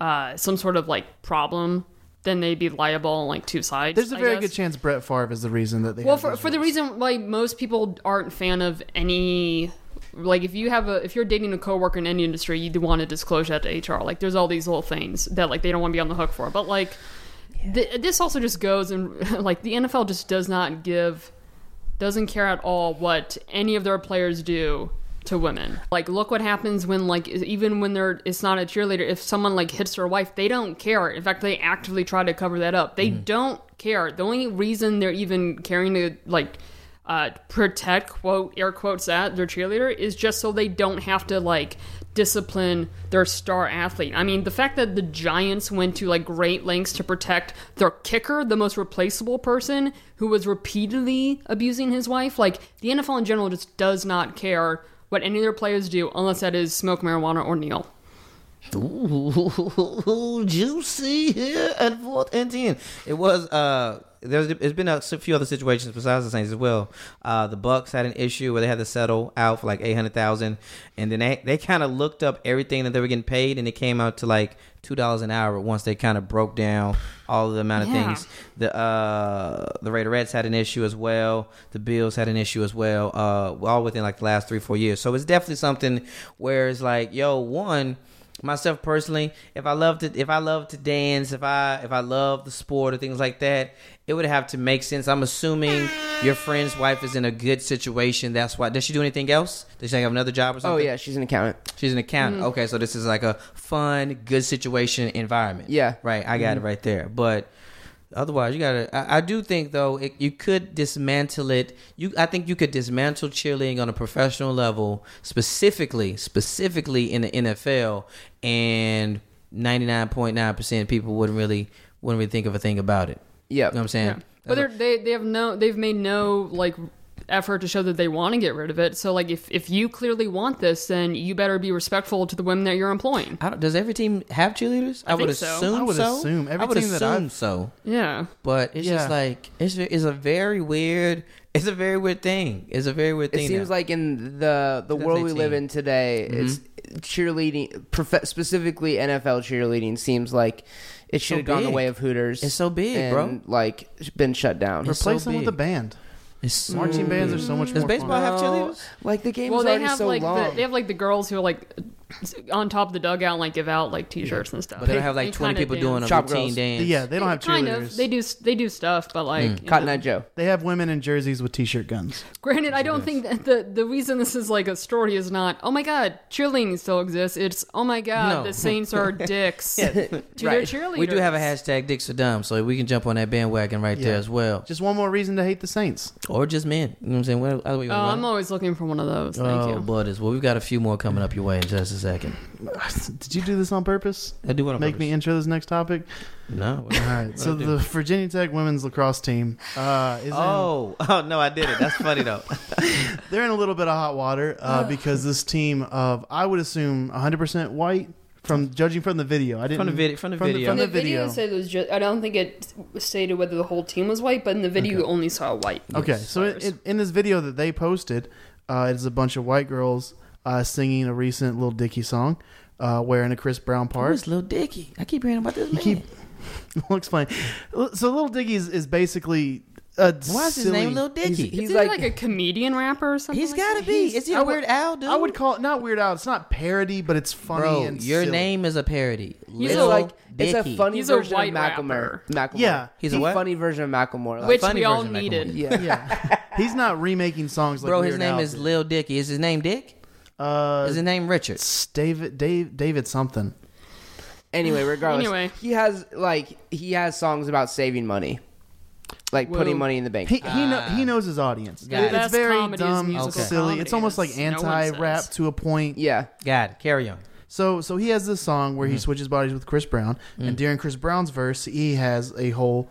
uh, some sort of like problem, then they'd be liable on like two sides. there's a I very guess. good chance Brett Favre is the reason that they Well, have for those for the rules. reason why most people aren't fan of any. Like if you have a if you're dating a coworker in any industry, you do want to disclose that to HR. Like there's all these little things that like they don't want to be on the hook for. But like th- this also just goes and like the NFL just does not give doesn't care at all what any of their players do to women. Like look what happens when like even when they're it's not a cheerleader if someone like hits their wife, they don't care. In fact, they actively try to cover that up. They don't care. The only reason they're even caring to like uh, protect quote air quotes that their cheerleader is just so they don't have to like discipline their star athlete. I mean, the fact that the Giants went to like great lengths to protect their kicker, the most replaceable person who was repeatedly abusing his wife, like the NFL in general just does not care what any of their players do unless that is smoke marijuana or kneel. Ooh, juicy here at fourth and ten. It was uh, there's it's been a s- few other situations besides the Saints as well. Uh, the Bucks had an issue where they had to settle out for like eight hundred thousand, and then they they kind of looked up everything that they were getting paid, and it came out to like two dollars an hour once they kind of broke down all of the amount of Yeah. things. The uh, the Raiderettes had an issue as well. The Bills had an issue as well. Uh, all within like the last three four years. So it's definitely something where it's like, yo, one myself personally, if I love to if I love to dance, if I if I love the sport or things like that, it would have to make sense. I'm assuming your friend's wife is in a good situation. That's why. Does she do anything else? Does she have another job or oh something? yeah she's an accountant She's an accountant. Mm-hmm. Okay, so this is like a fun, good situation environment. Yeah. Right, I got Mm-hmm. it right there. But otherwise, you gotta. I, I do think though, it, you could dismantle it. You, I think you could dismantle cheerleading on a professional level, specifically, specifically in the NFL, and ninety nine point nine percent of people wouldn't really wouldn't really think of a thing about it. Yep. You know what I'm saying? But they're, they they have no they've made no like effort to show that they want to get rid of it. So like if if you clearly want this, then you better be respectful to the women that you're employing. I don't, does every team have cheerleaders? I, would think so. assume. I would so. assume. Every I would team that assume I've- so. Yeah. But it's just Yeah. like it's it's a very weird it's a very weird thing. It's a very weird thing. It seems now. like in the the world we live in today, Mm-hmm. it's cheerleading, prof- specifically NFL cheerleading, seems like it should have gone the big. way of Hooters. It's so big, and, bro. Like been shut down. It's- Replace so them with a big. band. It's so Marching bands are so much Does more baseball fun. have No. cheerleaders? Like the game well, is they already have so like long. the, they have like the girls who are like on top of the dugout and like give out like t-shirts and stuff. But they don't have like They 20 kinda people dance. doing a Shop routine girls. dance. Yeah, they don't have kind cheerleaders. of. They do they do stuff, but like Mm. you Cotton know. Eye Joe. They have women in jerseys with t-shirt guns. Granted, I don't think that the the reason this is like a story is not oh my god cheerleading still exists. It's oh my god No. the Saints are dicks to their Right. cheerleaders. We do have a hashtag Dicks are Dumb, so we can jump on that bandwagon right there Yeah. as well. Just one more reason to hate the Saints. Or just men. You know what I'm saying? What other way you Oh, wanna I'm run always looking for one of those. it? Thank oh, you. blooders. Well, we've got a few more coming up your way in just a second. Did you do this on purpose? I do want to Make me intro this next topic. No. All right. So do. the Virginia Tech women's lacrosse team uh, is in, Oh, oh no, I did it. That's funny though. they're in a little bit of hot water uh, because this team of I would assume 100% white from judging from the video. I didn't from the video, from the From the- video. from the the video. video, said it was just. I don't think it stated whether the whole team was white, but in the video you only saw white. Oh, Okay, so in, in, in this video that they posted, uh, it's a bunch of white girls uh, singing a recent Lil Dicky song, uh, wearing a Chris Brown Where's part. Lil Dicky? I keep hearing about this You man. keep. We'll explain. So Lil Dicky is, is basically a Why is his silly- name Lil Dicky? He's Is like, like- like a comedian rapper or Oh something? He's like gotta that? be. Is he I a would- weird owl dude? I would call it not Weird Al. It's not parody, but it's funny Bro, and your silly. name is a parody. He's It's Lil like Dicky. it's a funny He's a version white of Macklemore. rapper. Macklemore. Yeah. He's a what? funny version of Macklemore. Like, Which Funny we all version, like, needed. yeah. Yeah, he's not remaking songs like Bro, Weird his name Al is did. Lil Dicky. Is his name Dick? Uh, Is his name Richard? it's David, Dave, David something. Anyway, regardless, Anyway. he has like he has songs about saving money, like Well, putting money in the bank. He he, know, he knows his audience. Ah. Got it. It- It's Best very comedy is dumb, musical silly. comedy, It's almost like as no one anti-rap says. to a point. yeah, Got it. Carry on. So so he has this song Mm-hmm. where he switches bodies with Chris Brown, Mm. and during Chris Brown's verse, he has a whole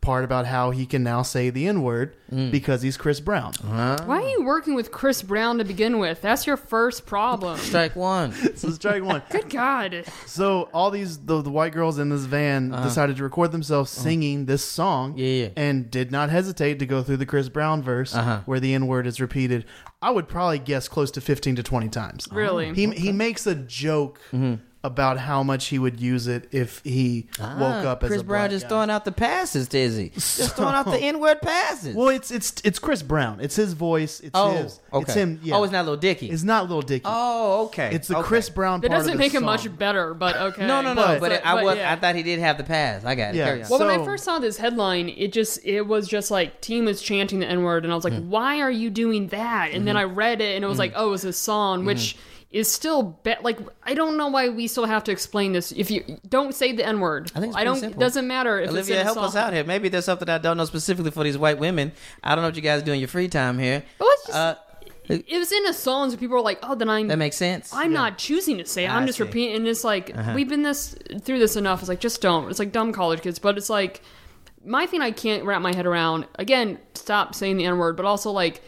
part about how he can now say the N word Mm. because he's Chris Brown. Uh-huh. Why are you working with Chris Brown to begin with? That's your first problem. Strike one. So strike one. Good God. So all these the, the white girls in this van decided to record themselves singing this song, Uh-huh. Yeah, yeah. and did not hesitate to go through the Chris Brown verse Uh-huh. where the N word is repeated. I would probably guess close to fifteen to twenty times. Really? He he makes a joke Mm-hmm. about how much he would use it if he woke Ah, up as Chris a Brown black just guy. Oh. throwing out the passes, Dizzy. Just throwing out the N word passes. Well, it's it's it's Chris Brown. It's his voice. It's oh, his. okay. It's him. Yeah. Oh, it's not Lil Dicky. It's not Lil Dicky. oh, okay. it's the okay. Chris Brown. That part of doesn't the make it song. much better, but okay. No, no, no. But, But- it, I was. yeah. I thought he did have the pass. I got it. Yeah. Carry on. Well, Well, when I So- first saw this headline, it just it was just like team was chanting the N word, and I was like, why are you doing that? And Mm-hmm. then I read it, and it was Mm. like, oh, it's a song, which is still be- like I don't know why we still have to explain this. If you don't say the N word, I think it's I pretty don't. simple. Doesn't matter if it's in Olivia, a help song. us out here. Maybe there's something I don't know specifically for these white women. I don't know what you guys do in your free time here. Well, it's just- Uh, It was in a song, so people are like, oh, then I'm that makes sense. I'm not choosing to say. it. I I'm just see. Uh-huh. repeating. And it's like we've been this through this enough. It's like just don't. It's like dumb college kids. But it's like my thing. I can't wrap my head around. Again, stop saying the n word. But also like.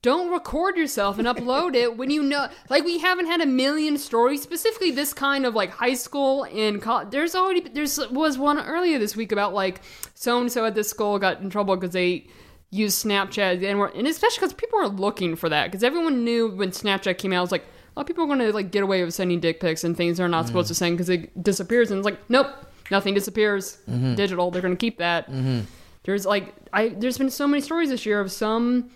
Don't record yourself and upload it when you know. Like we haven't had a million stories, specifically this kind of like high school and college. There's already there's was one earlier this week about like so and so at this school got in trouble because they used Snapchat and were, and especially because people are looking for that because everyone knew when Snapchat came out, it was like a lot of people are going to like get away with sending dick pics and things they're not supposed to send because it disappears. And it's like, nope, nothing disappears. Digital, they're going to keep that. There's like, I there's been so many stories this year of some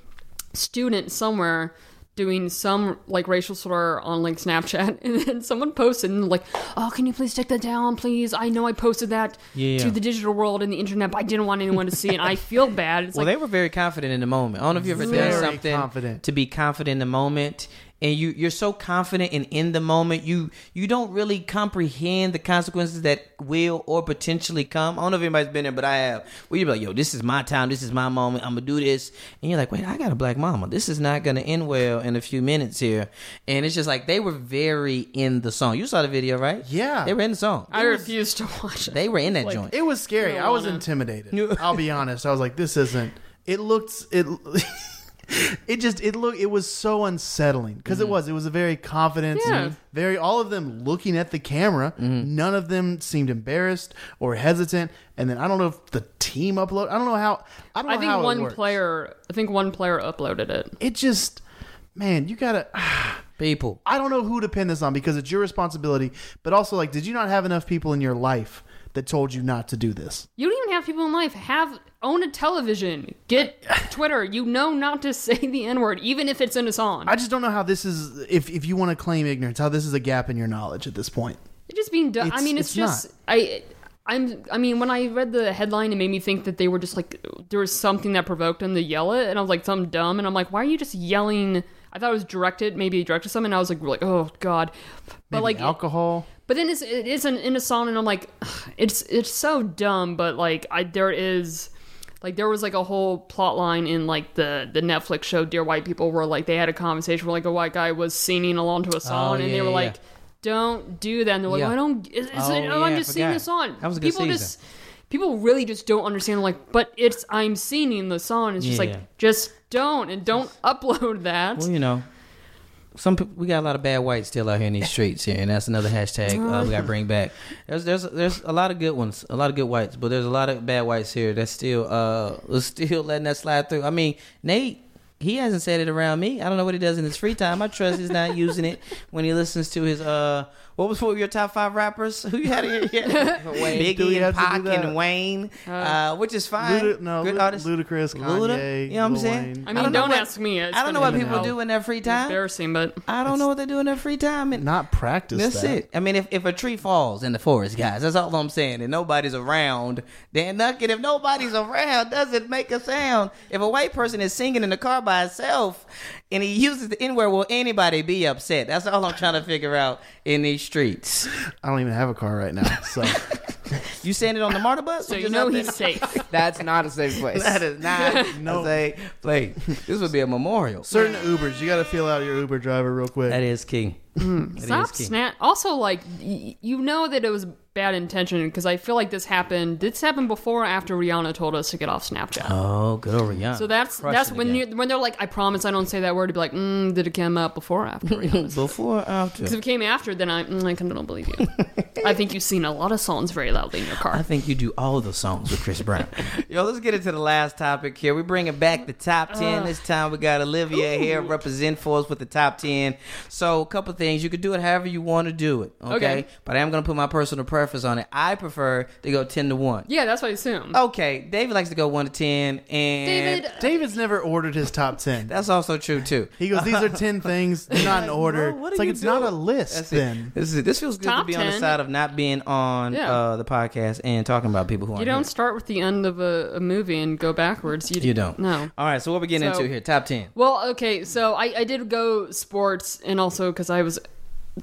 student somewhere doing some like racial slur on like Snapchat, and then someone posted and like, "Oh, can you please take that down, please? I know I posted that Yeah. to the digital world and the internet, but I didn't want anyone to see, it, and I feel bad." It's well, like, they were very confident in the moment. I don't know if you ever done Very something confident. to be confident in the moment, and you you're so confident and in the moment, you you don't really comprehend the consequences that will or potentially come. I don't know if anybody's been there, but I have. Where you're like, yo, this is my time, this is my moment, I'm gonna do this, and you're like, wait, I got a black mama. This is not gonna end well in a few minutes here, and it's just like they were very in the song. You saw the video, right? Yeah. they were in the song. I refuse to watch it. they were in that Like, joint. It was scary. I was Marijuana. intimidated. I'll be honest. I was like, this isn't. It looked it. It just it looked it was so unsettling because it was it was a very confidence Yeah. very all of them looking at the camera none of them seemed embarrassed or hesitant and then I don't know if the team upload I don't know how I don't know I think how it one works. player. I think one player uploaded it. it just man you gotta People. I don't know who to pin this on because it's your responsibility but also like did you not have enough people in your life that told you not to do this You don't even have people in life have. own a television. Get Twitter. You know not to say the N word, even if it's in a song. I just don't know how this is. If if you want to claim ignorance, how this is a gap in your knowledge at this point. It just being done. I It's- mean, it's, it's just I. I'm. I mean, when I read the headline, it made me think that they were just like there was something that provoked them to yell it, and I was like, "Something dumb," and I'm like, "Why are you just yelling?" I thought it was directed, maybe directed to someone. And I was like, "Like, oh god," but Maybe like, alcohol. but then it's it is an in a song, and I'm like, ugh, it's it's so dumb, but like, I there is. Like there was like a whole plot line in like the the Netflix show Dear White People where like they had a conversation where like a white guy was singing along to a song and Oh, yeah, they were yeah, like, "Don't do that." And they're like, Yeah. "I don't. It's, it's, Oh, oh, yeah, I'm I just singing forgot. the song." That was a good people season. just people really just don't understand. Like, but it's I'm singing the song. It's just Yeah. like just don't and don't upload that. Well, you know, some peop we got a lot of bad whites still out here in these streets here, and that's another hashtag uh, we got to bring back. There's there's there's a lot of good ones, a lot of good whites, but there's a lot of bad whites here that's still uh was still letting that slide through. I mean, Nate. He hasn't said it around me. I don't know what he does in his free time. I trust he's not using it when he listens to his uh. What was for your top five rappers? Who you had in here? Do we Biggie and have to do Pac and that? Wayne, uh, which is fine. Luda, no, Good Lu- artists. Ludacris, Luda? Kanye. You know what I'm Lil saying? Wayne. I mean, don't don't, know what- ask me. It's I don't know what gonna people be do in their free time. Embarrassing, but I don't know what they do in their free time, and Not practice. that's that. it. I mean, if, if a tree falls in the forest, guys, that's all I'm saying, and nobody's around, then nothing. If nobody's around, doesn't make a sound. If a white person is singing in the car by itself, and he uses the N word, will anybody be upset? That's all I'm trying to figure out in these streets. I don't even have a car right now, so You saying it on the MARTA bus? so Or you just know out there? he's safe. That's not a safe place. That is not. no, like, like this would be a memorial. certain Ubers, you got to feel out your Uber driver real quick. That is king. That Mm. Stop is king. snap. Also, like y- you know that it was bad intention because I feel like this happened. This happened before or after Rihanna told us to get off Snapchat. Oh, good over Rihanna. so that's Crushing that's when again. you when they're like, I promise I don't say that word. To be like, mm, did it come up before or after Rihanna? before or after. Because if it came after, then I mm, I kind of don't believe you. I think you've seen a lot of songs very loudly in your I car. think you do all the songs with Chris Brown. Yo, let's get into the last topic here. We're bringing back the Uh. top 10. this time we got Olivia here represent for us with the top 10. So, a couple things. You could do it however you want to do it, okay? Okay. But I am going to put my personal preference on it. I prefer to go 10 to 1. Yeah, that's what I assume. Okay, David likes to go 1 to 10, and David, David's never ordered his top ten. that's also true, too. He goes, "These are ten things, they're not in order." Bro, what are it's like you it's not a doing? list. That's it. then This, is, this feels good to Top be on the 10. side of not being on Yeah. uh, the podcast and talking about people who you aren't don't here. start with the end of a, a movie and go backwards. You, You don't. No. All right, so what we getting So- into here? Top 10. Well, okay, so I, I did go sports and also because I was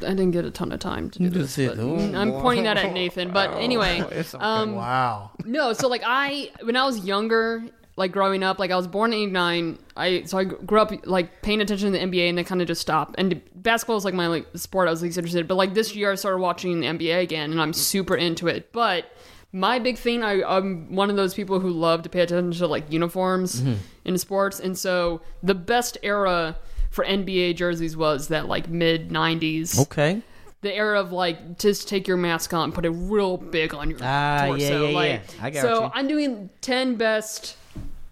I didn't get a ton of time to do That's this. it. But Oh, I'm boy. pointing that at Nathan. But anyway, um, wow, no, so like I when I was younger, like growing up, like I was born in '89. I so I grew up like paying attention to the NBA and then kind of just stopped. And basketball is like my like sport I was least interested. in. But like this year, I started watching the NBA again, and I'm super into it. But my big thing, I, I'm one of those people who love to pay attention to like uniforms in sports, and so the best era for NBA jerseys was that like mid '90s Okay. the era of like just take your mask on, put it real big on your Ah, torso. yeah, yeah, like, yeah. I got so you. I'm doing ten best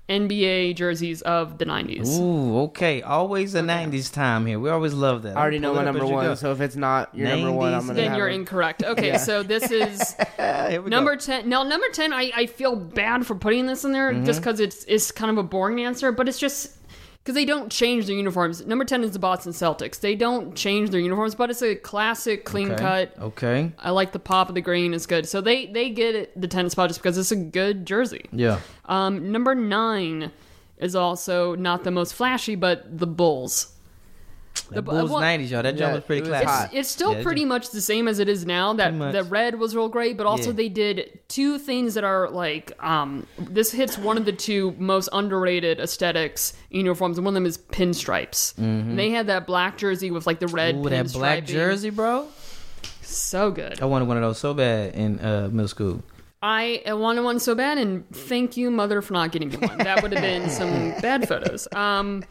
NBA jerseys of the '90s. Ooh, okay. Always a '90s time here. We always love that. I already know my Pull it up number as you go. one, so if it's not your number one, I'm 90s, gonna. Then have you're it. incorrect. Okay, so this is Ah, here we number go. ten. Now number ten, I, I feel bad for putting this in Mm-hmm. there just because it's it's kind of a boring answer, but it's just because they don't change their uniforms. Number ten is the Boston Celtics. They don't change their uniforms, but it's a classic, clean cut. Okay. I like the pop of the green. It's good. So they they get it, the ten spot just because it's a good jersey. Yeah. Um, number nine is also not the most flashy, but the Bulls. The bu- Bulls well, '90s, y'all. That jump Yeah, was pretty it was classy. hot. It's still Yeah, pretty much the same as it is now. That Pretty much. the red was real great, but also Yeah. they did two things that are like um, this hits one of the two most underrated aesthetics in uniforms, and one of them is pinstripes. And they had that black jersey with like the red Mm-hmm. Ooh, that black pinstriping. jersey, bro. so good. I wanted one of those so bad in uh, middle school. I wanted one so bad, and thank you, mother, for not getting me one. That would have been some bad photos. Um,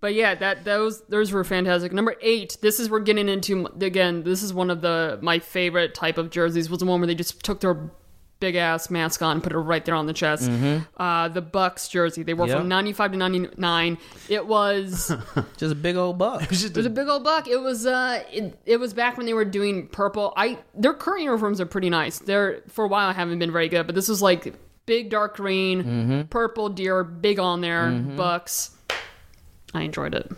but yeah, that those those were fantastic. Number eight, this is we're getting into again. This is one of the my favorite type of jerseys. Was the one where they just took their big ass mask on, and put it right there on the chest. Uh, the Bucks jersey they wore Yep. from ninety five to ninety nine. It was Just a big old buck. it was a big old buck. It was uh, it, it was back when they were doing purple. I their current uniforms are pretty nice. They're for a while I haven't been very good, but this was like big dark green, purple deer, big on there, bucks. I enjoyed it.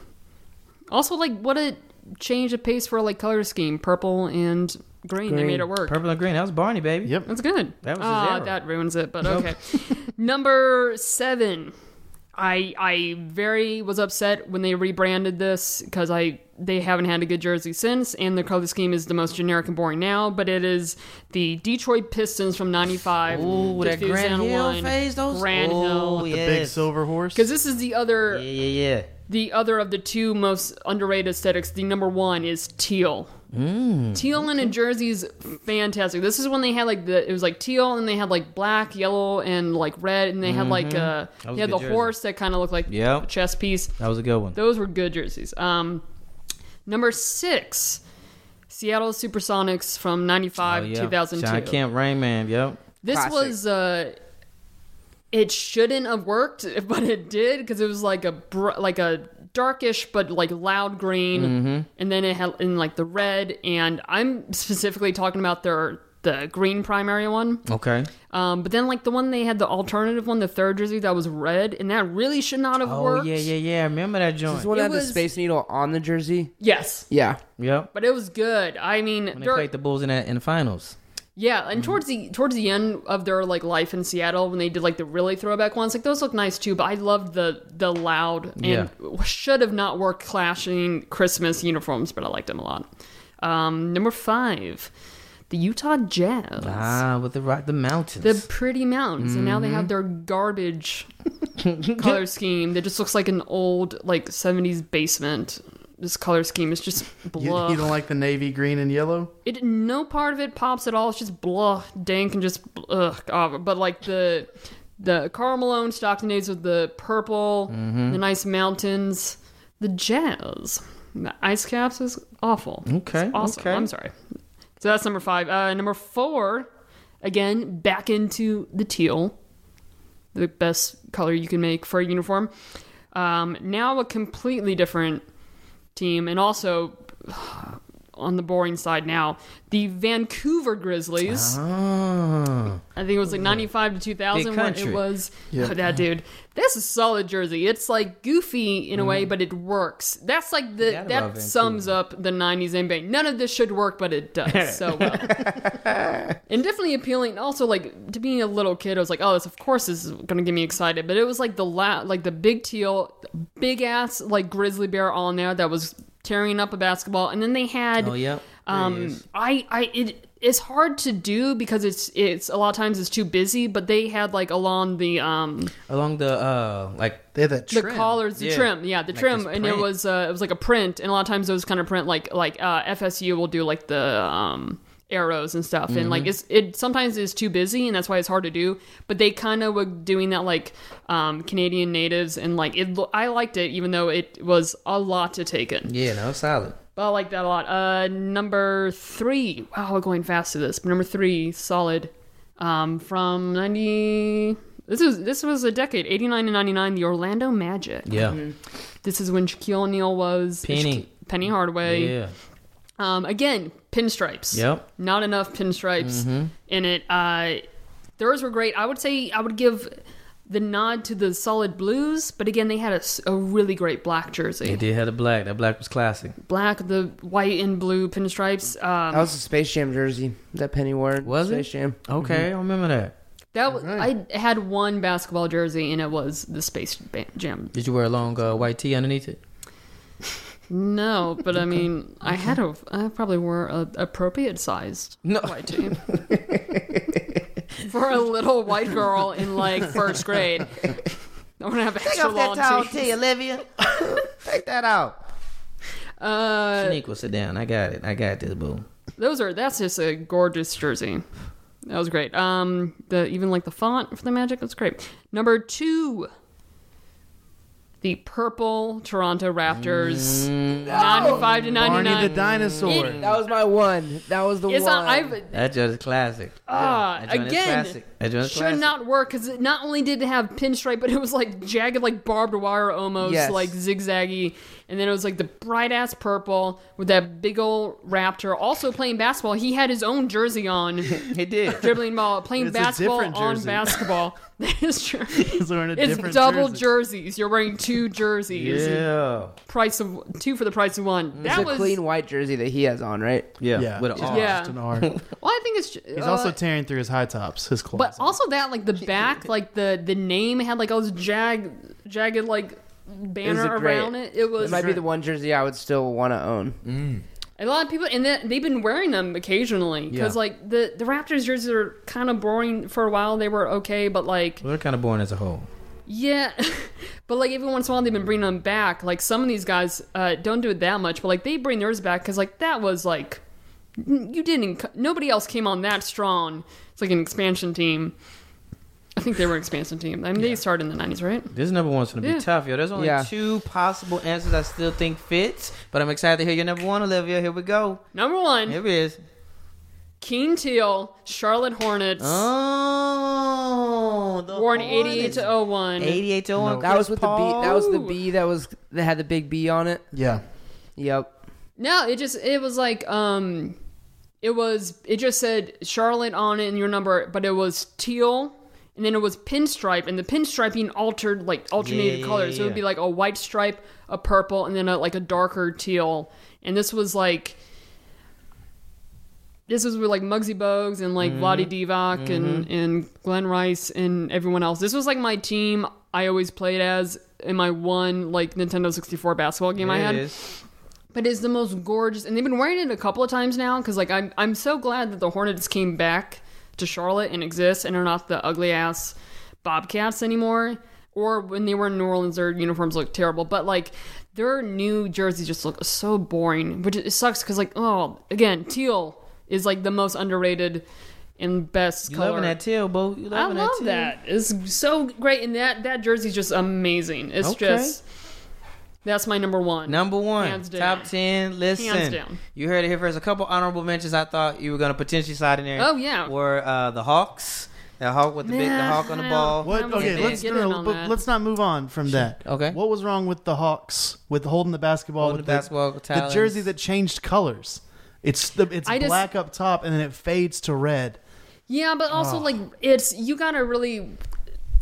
Also, like what a change of pace for like color scheme, purple and green. They Green. made it work. Purple and green. That was Barney, baby. Yep. That's good. That was his Ah, era. that ruins it, but okay. Number seven. I I very was upset when they rebranded this because I they haven't had a good jersey since, and the color scheme is the most generic and boring now. But it is the Detroit Pistons from '95. Ooh, that Grand Hill phase. Those Grand oh, Hill. yes. Big silver horse. Because this is the other Yeah, yeah, yeah. the other of the two most underrated aesthetics, the number one is teal. Mm. teal in a jersey is fantastic. This is when they had like the it was like teal and they had like black, yellow, and like red, and they had like uh Mm-hmm. That was they a had the good jersey. horse that kind of looked like Yep. a chess piece. That was a good one. Those were good jerseys. Um, number six, Seattle SuperSonics from '95 Oh, yeah. 2002. John Camp, Rain Man. Yep. This Classic. was uh it shouldn't have worked, but it did because it was like a br- like a darkish but like loud green, Mm-hmm. and then it had in like the red. And I'm specifically talking about their the green primary one, Okay. um, but then like the one they had the alternative one, the third jersey that was red, and that really should not have Oh worked. yeah, yeah, yeah. I Remember that joint? Does one It have was- the Space Needle on the jersey? Yes, Yeah. Yep. but it was good. I mean, When they they're- played the Bulls in that in the finals. Yeah, Mm-hmm. and towards the towards the end of their like life in Seattle, when they did like the really throwback ones, like those look nice too. But I loved the the loud and should have not worked clashing Christmas uniforms, but I liked them a lot. Um, number five, the Utah Jazz, Ah, with the rock, the mountains. the Pretty Mountains, and now they Mm-hmm. have their garbage color scheme that just looks like an old like seventies basement. This color scheme is just you, blah. you don't like the navy green and yellow? It no part of it pops at all. It's just blah, dank, and just ugh. God. But like the the Carl Malone Stockton days with the purple, Mm-hmm. the nice mountains, the jazz, the ice caps is awful. Okay, It's awesome. okay. I'm sorry. So that's number five. Uh, number four, again back into the teal, the best color you can make for a uniform. Um, now a completely different team, and also on the boring side now, the Vancouver Grizzlies. Ah. I think it was like 95 to 2000 Big when it country. was. Yeah. Oh, that dude. That's a solid jersey. It's like goofy in a Mm-hmm. way, but it works. That's like the Forgot about that sums up the 90s NBA. None of this should work, but it does so well. and definitely appealing. Also, like to being a little kid, I was like, oh, this of course this is gonna get me excited. But it was like the la- like the big teal, big ass like grizzly bear on there that was tearing up a basketball, and then they had Oh yep. There he um, is. I, I, it, it's hard to do because it's, it's a lot of times it's too busy. But they had like along the, um, along the uh, like They have that the trim. collars, the yeah. trim, yeah, the Like trim, this and it print. was, uh, it was like a print, and a lot of times those kind of print, like, like uh, FSU will do like the, um, arrows and stuff, and Mm-hmm. like it's, it sometimes is too busy, and that's why it's hard to do. But they kind of were doing that like, um, Canadian natives, and like it, lo- I liked it, even though it was a lot to take in. yeah, no, it's solid. But I like that a lot. Uh, number three. Wow, we're going fast to this. Number three, solid. Um, from ninety. This was this was a decade, eighty nine to ninety nine. The Orlando Magic. Yeah, This is when Shaquille O'Neal was Penny. Penny Hardaway. yeah, Um, again, pinstripes. Yep. Mm-hmm. Not enough pinstripes in it. Uh, theirs were great. I would say I would give the nod to the solid blues, but again, they had a, s- a really great black jersey. They did have the black. That black was classic. Black, the white and blue pinstripes. Um, That was a Space Jam jersey that Penny wore. Was it? Space Jam. Okay, I remember that. That was, I had one basketball jersey and it was the Space Ba- Jam. Did you wear a long uh, white tee underneath it? No, but I mean, I had a I probably wore a appropriate sized No. white tee for a little white girl in like first grade. I'm gonna have extra long Oh, tee. Olivia. Take that out. Uh, Shaniqua, sit down. I got it. I got this, boo. those are that's just a gorgeous jersey. That was great. Um, the even like the font for the Magic was great. Number two, the purple Toronto Raptors, ninety-five to Barney the ninety-nine. dinosaur. It- That was my one. That was the It's one. not, I've That just classic. ah That joint is again. classic. I joined the should class. not work because it not only did it have pinstripe, but it was like jagged, like barbed wire almost, Yes. like zigzaggy. And then it was like the bright ass purple with that big old raptor. Also playing basketball, he had his own jersey on, It did. dribbling ball, playing It's a basketball different on jersey. basketball. that is true. He's wearing a It's different double jersey. jerseys. You're wearing two jerseys. Yeah. Price of two for the price of one. It's That a was clean white jersey that he has on, right? Yeah. Yeah, With an just- R. Yeah. just an R. He's Well, I think it's. uh, also tearing through his high tops, his clothes. But also that like the back, like the the name had like all this jag jagged like banner a great- around it. It It was might be the one jersey I would still want to own. a lot of people, and then they've been wearing them occasionally because Yeah. like the the Raptors jerseys are kind of boring for a while. They were okay, but like We're kind of born as a whole. yeah, but like every once in a while they've been bringing them back. Like some of these guys uh, don't do it that much, but like they bring theirs back because like that was like n- you didn't c- nobody else came on that strong. It's like an expansion team. I think they were an expansion team. I mean, they started in the nineties, right? This number one's gonna Yeah. be tough, yo. There's only Yeah. two possible answers I still think fits, but I'm excited to hear your number one, Olivia. Here we go. Number one, Here it is. Keen Teal, Charlotte Hornets, Oh, the born Hornets. eighty eight to 01. 88 to 01. No. That was with the Paul. B. That was the Ooh. B. That was that had the big B on it. yeah, Yep. No, it just it was like um, it was it just said Charlotte on it and your number, but it was teal. And then it was pinstripe, and the pinstripe being altered, like Yeah, alternated yeah, colors. yeah, So it would yeah. be like a white stripe, a purple, and then a, like a darker teal. And this was like, this was with like Muggsy Bogues and like Vladi Mm-hmm. Divac and and Glenn Rice and everyone else. This was like my team I always played as in my one like Nintendo 64 basketball game I There it had is. but it's the most gorgeous and they've been wearing it a couple of times now because like I'm, I'm so glad that the hornets came back to charlotte and exist and are not the ugly ass bobcats anymore or when they were in new orleans their uniforms look terrible but like their new jerseys just look so boring which it sucks because like oh again teal is like the most underrated and best You color loving that tail, boo. You I loving love tail. that. It's so great, and that that jersey's just amazing. It's Okay. just that's my number one. Number one, Hands down. top ten. Listen, down. you heard it here first. A couple honorable mentions I thought you were gonna potentially slide in there. Oh, yeah. were uh, the Hawks. The hawk with the big, the Nah, hawk on the I ball. don't- what? I'm Okay, gonna let's get no, in no, on but that. let's not move on from that. Okay. what was wrong with the Hawks with holding the basketball Holding with the basketball, the, talons. jersey that changed colors? It's the it's I just- black up top and then it fades to red. Yeah, but also like it's you gotta really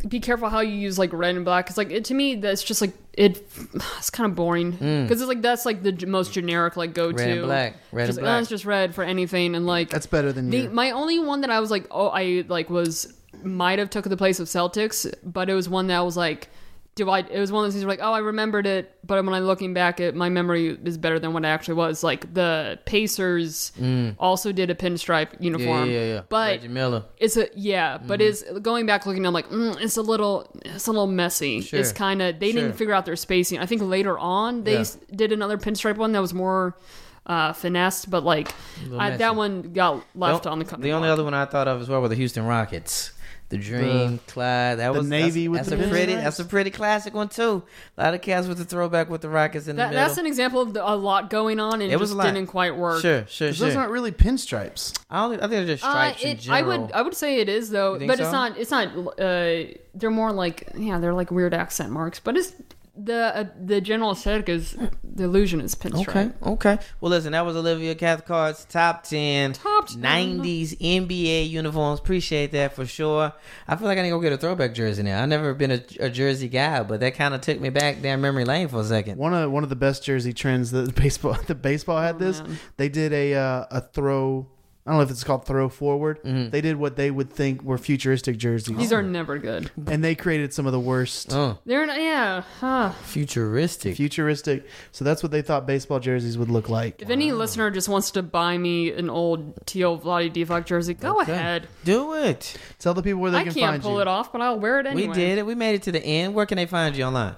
be careful how you use like red and black. Cause like it, to me that's just like it. It's kind of boring because it's like that's like the g- most generic like go to Hmm. Red and black. Red just, and like, oh, black. it's just red for anything and like That's better than the you. my only one that I was like oh I like was might have took the place of Celtics, but it was one that was like. Do I? It was one of those things where like, oh, I remembered it, but when I'm looking back at my memory is better than what it actually was. Like the Pacers also did a pinstripe Hmm. yeah, uniform, yeah, yeah, yeah. but Reggie Miller. it's a yeah, but Mm-hmm. it's going back looking. I'm like, mm, it's a little, it's a little messy. Sure. It's kind of they Sure. didn't figure out their spacing. I think later on they Yeah. s- did another pinstripe one that was more uh, finessed, but like little I, messy. that one got left on the. The only other one I thought of as well were the Houston Rockets. The Dream, Clyde. That the was navy that's, with that's the a pretty. pinstripes. That's a pretty classic one too. A lot of cats with the throwback with the Rockets in That, the middle. that's an example of the, a lot going on and It it was just a lot. didn't quite work. Sure, sure, sure. Those aren't really pinstripes. I, don't, think- I think they're just Uh, stripes in it, I general. would I would say it is though, You think but it's so? not it's not. Uh, they're more like yeah, they're like weird accent marks, but it's the uh, the general aesthetic is the illusion is pinstripe. Okay. Okay. Well, listen, that was Olivia Cathcart's top 10 Top 10. 90s NBA uniforms. Appreciate that for sure. I feel like I need to go get a throwback jersey now. I've never been a, a jersey guy, but that kind of took me back down memory lane for a second. One of one of the best jersey trends that the baseball the baseball had this. Oh, man. They did a uh, a throw. I don't know if it's called throw forward. They did what they would think were futuristic jerseys, These are never good. and they created some of the worst Oh, They're not, yeah. Huh. futuristic. futuristic. So that's what they thought baseball jerseys would look like. If any listener just wants to buy me an old teal Vladi Divac jersey, go Okay. ahead. Do it. Tell the people where they I can can't find pull you. it off, but I'll wear it anyway. We did it. We made it to the end. Where can they find you online?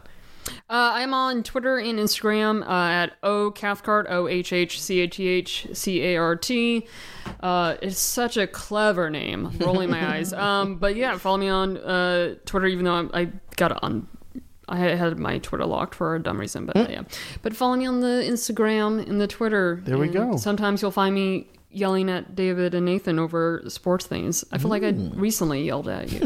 Uh, I'm on Twitter and Instagram uh, at O Cathcart O H H C A T H C A R T. Uh, It's such a clever name. Rolling my eyes. Um, but yeah, follow me on uh, Twitter. Even though I'm, I got on, I had my Twitter locked for a dumb Hmm. uh, reason. But yeah, but follow me on the Instagram and the Twitter. There we and go. Sometimes you'll find me yelling at David and Nathan over sports things. I feel like I recently yelled at you.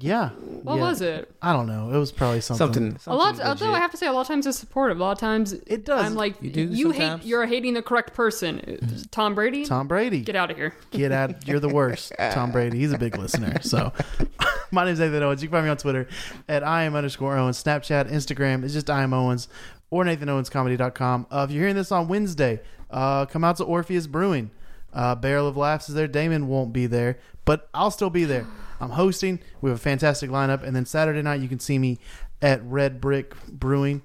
Yeah. What Hmm. Yeah. was it? I don't know. It was probably something. Something, A lot. something Although I legit. have to say, a lot of times it's supportive. A lot of times It does. I'm like, You you, do hate. sometimes. Mm-hmm. You're hating the correct person. Uh, Tom Brady. Tom Brady. Get out of here. Get out. You're the worst. Tom Brady. He's a big listener. So, my name's Nathan Owens. You can find me on Twitter at I am underscore Owens. Snapchat, Instagram. It's just I am Owens or NathanOwensComedy.com. Uh, if you're hearing this on Wednesday, uh, come out to Orpheus Brewing. Uh, Barrel of Laughs is there. Damon won't be there, but I'll still be there. I'm hosting. We have a fantastic lineup. And then Saturday night, you can see me at Red Brick Brewing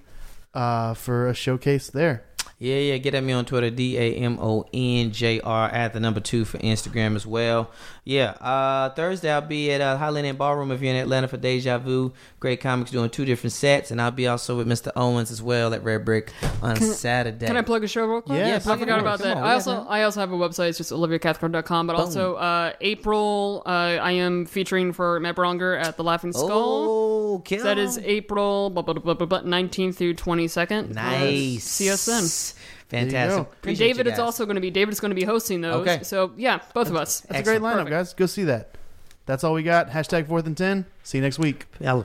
uh, for a showcase there. Yeah, yeah. Get at me on Twitter, D A M O N J R at the number two for Instagram as well. Yeah, uh, Thursday I'll be at uh, Highland Inn Ballroom if you're in Atlanta for Deja Vu. Great comics doing two different sets, and I'll be also with Mr. Owens as well at Red Brick on Saturday. Can I plug a show real quick? Yes, Yeah, I plug it forgot real about quick. that. Come on, I yeah. also I also have a website. It's just oliviacathcart.com. But also uh, April, uh, I am featuring for Matt Bronger at the Laughing Skull. Oh, kill. So that is April blah, blah, blah, blah, blah, 19th through 22nd. nice. See us then. There you Fantastic. go. And Appreciate David you is guys. also going to be David's going to be hosting those. Okay. So yeah, both of us. That's a great lineup, Perfect. guys. Go see that. That's all we got. Hashtag fourth and 10. See you next week. Yalla.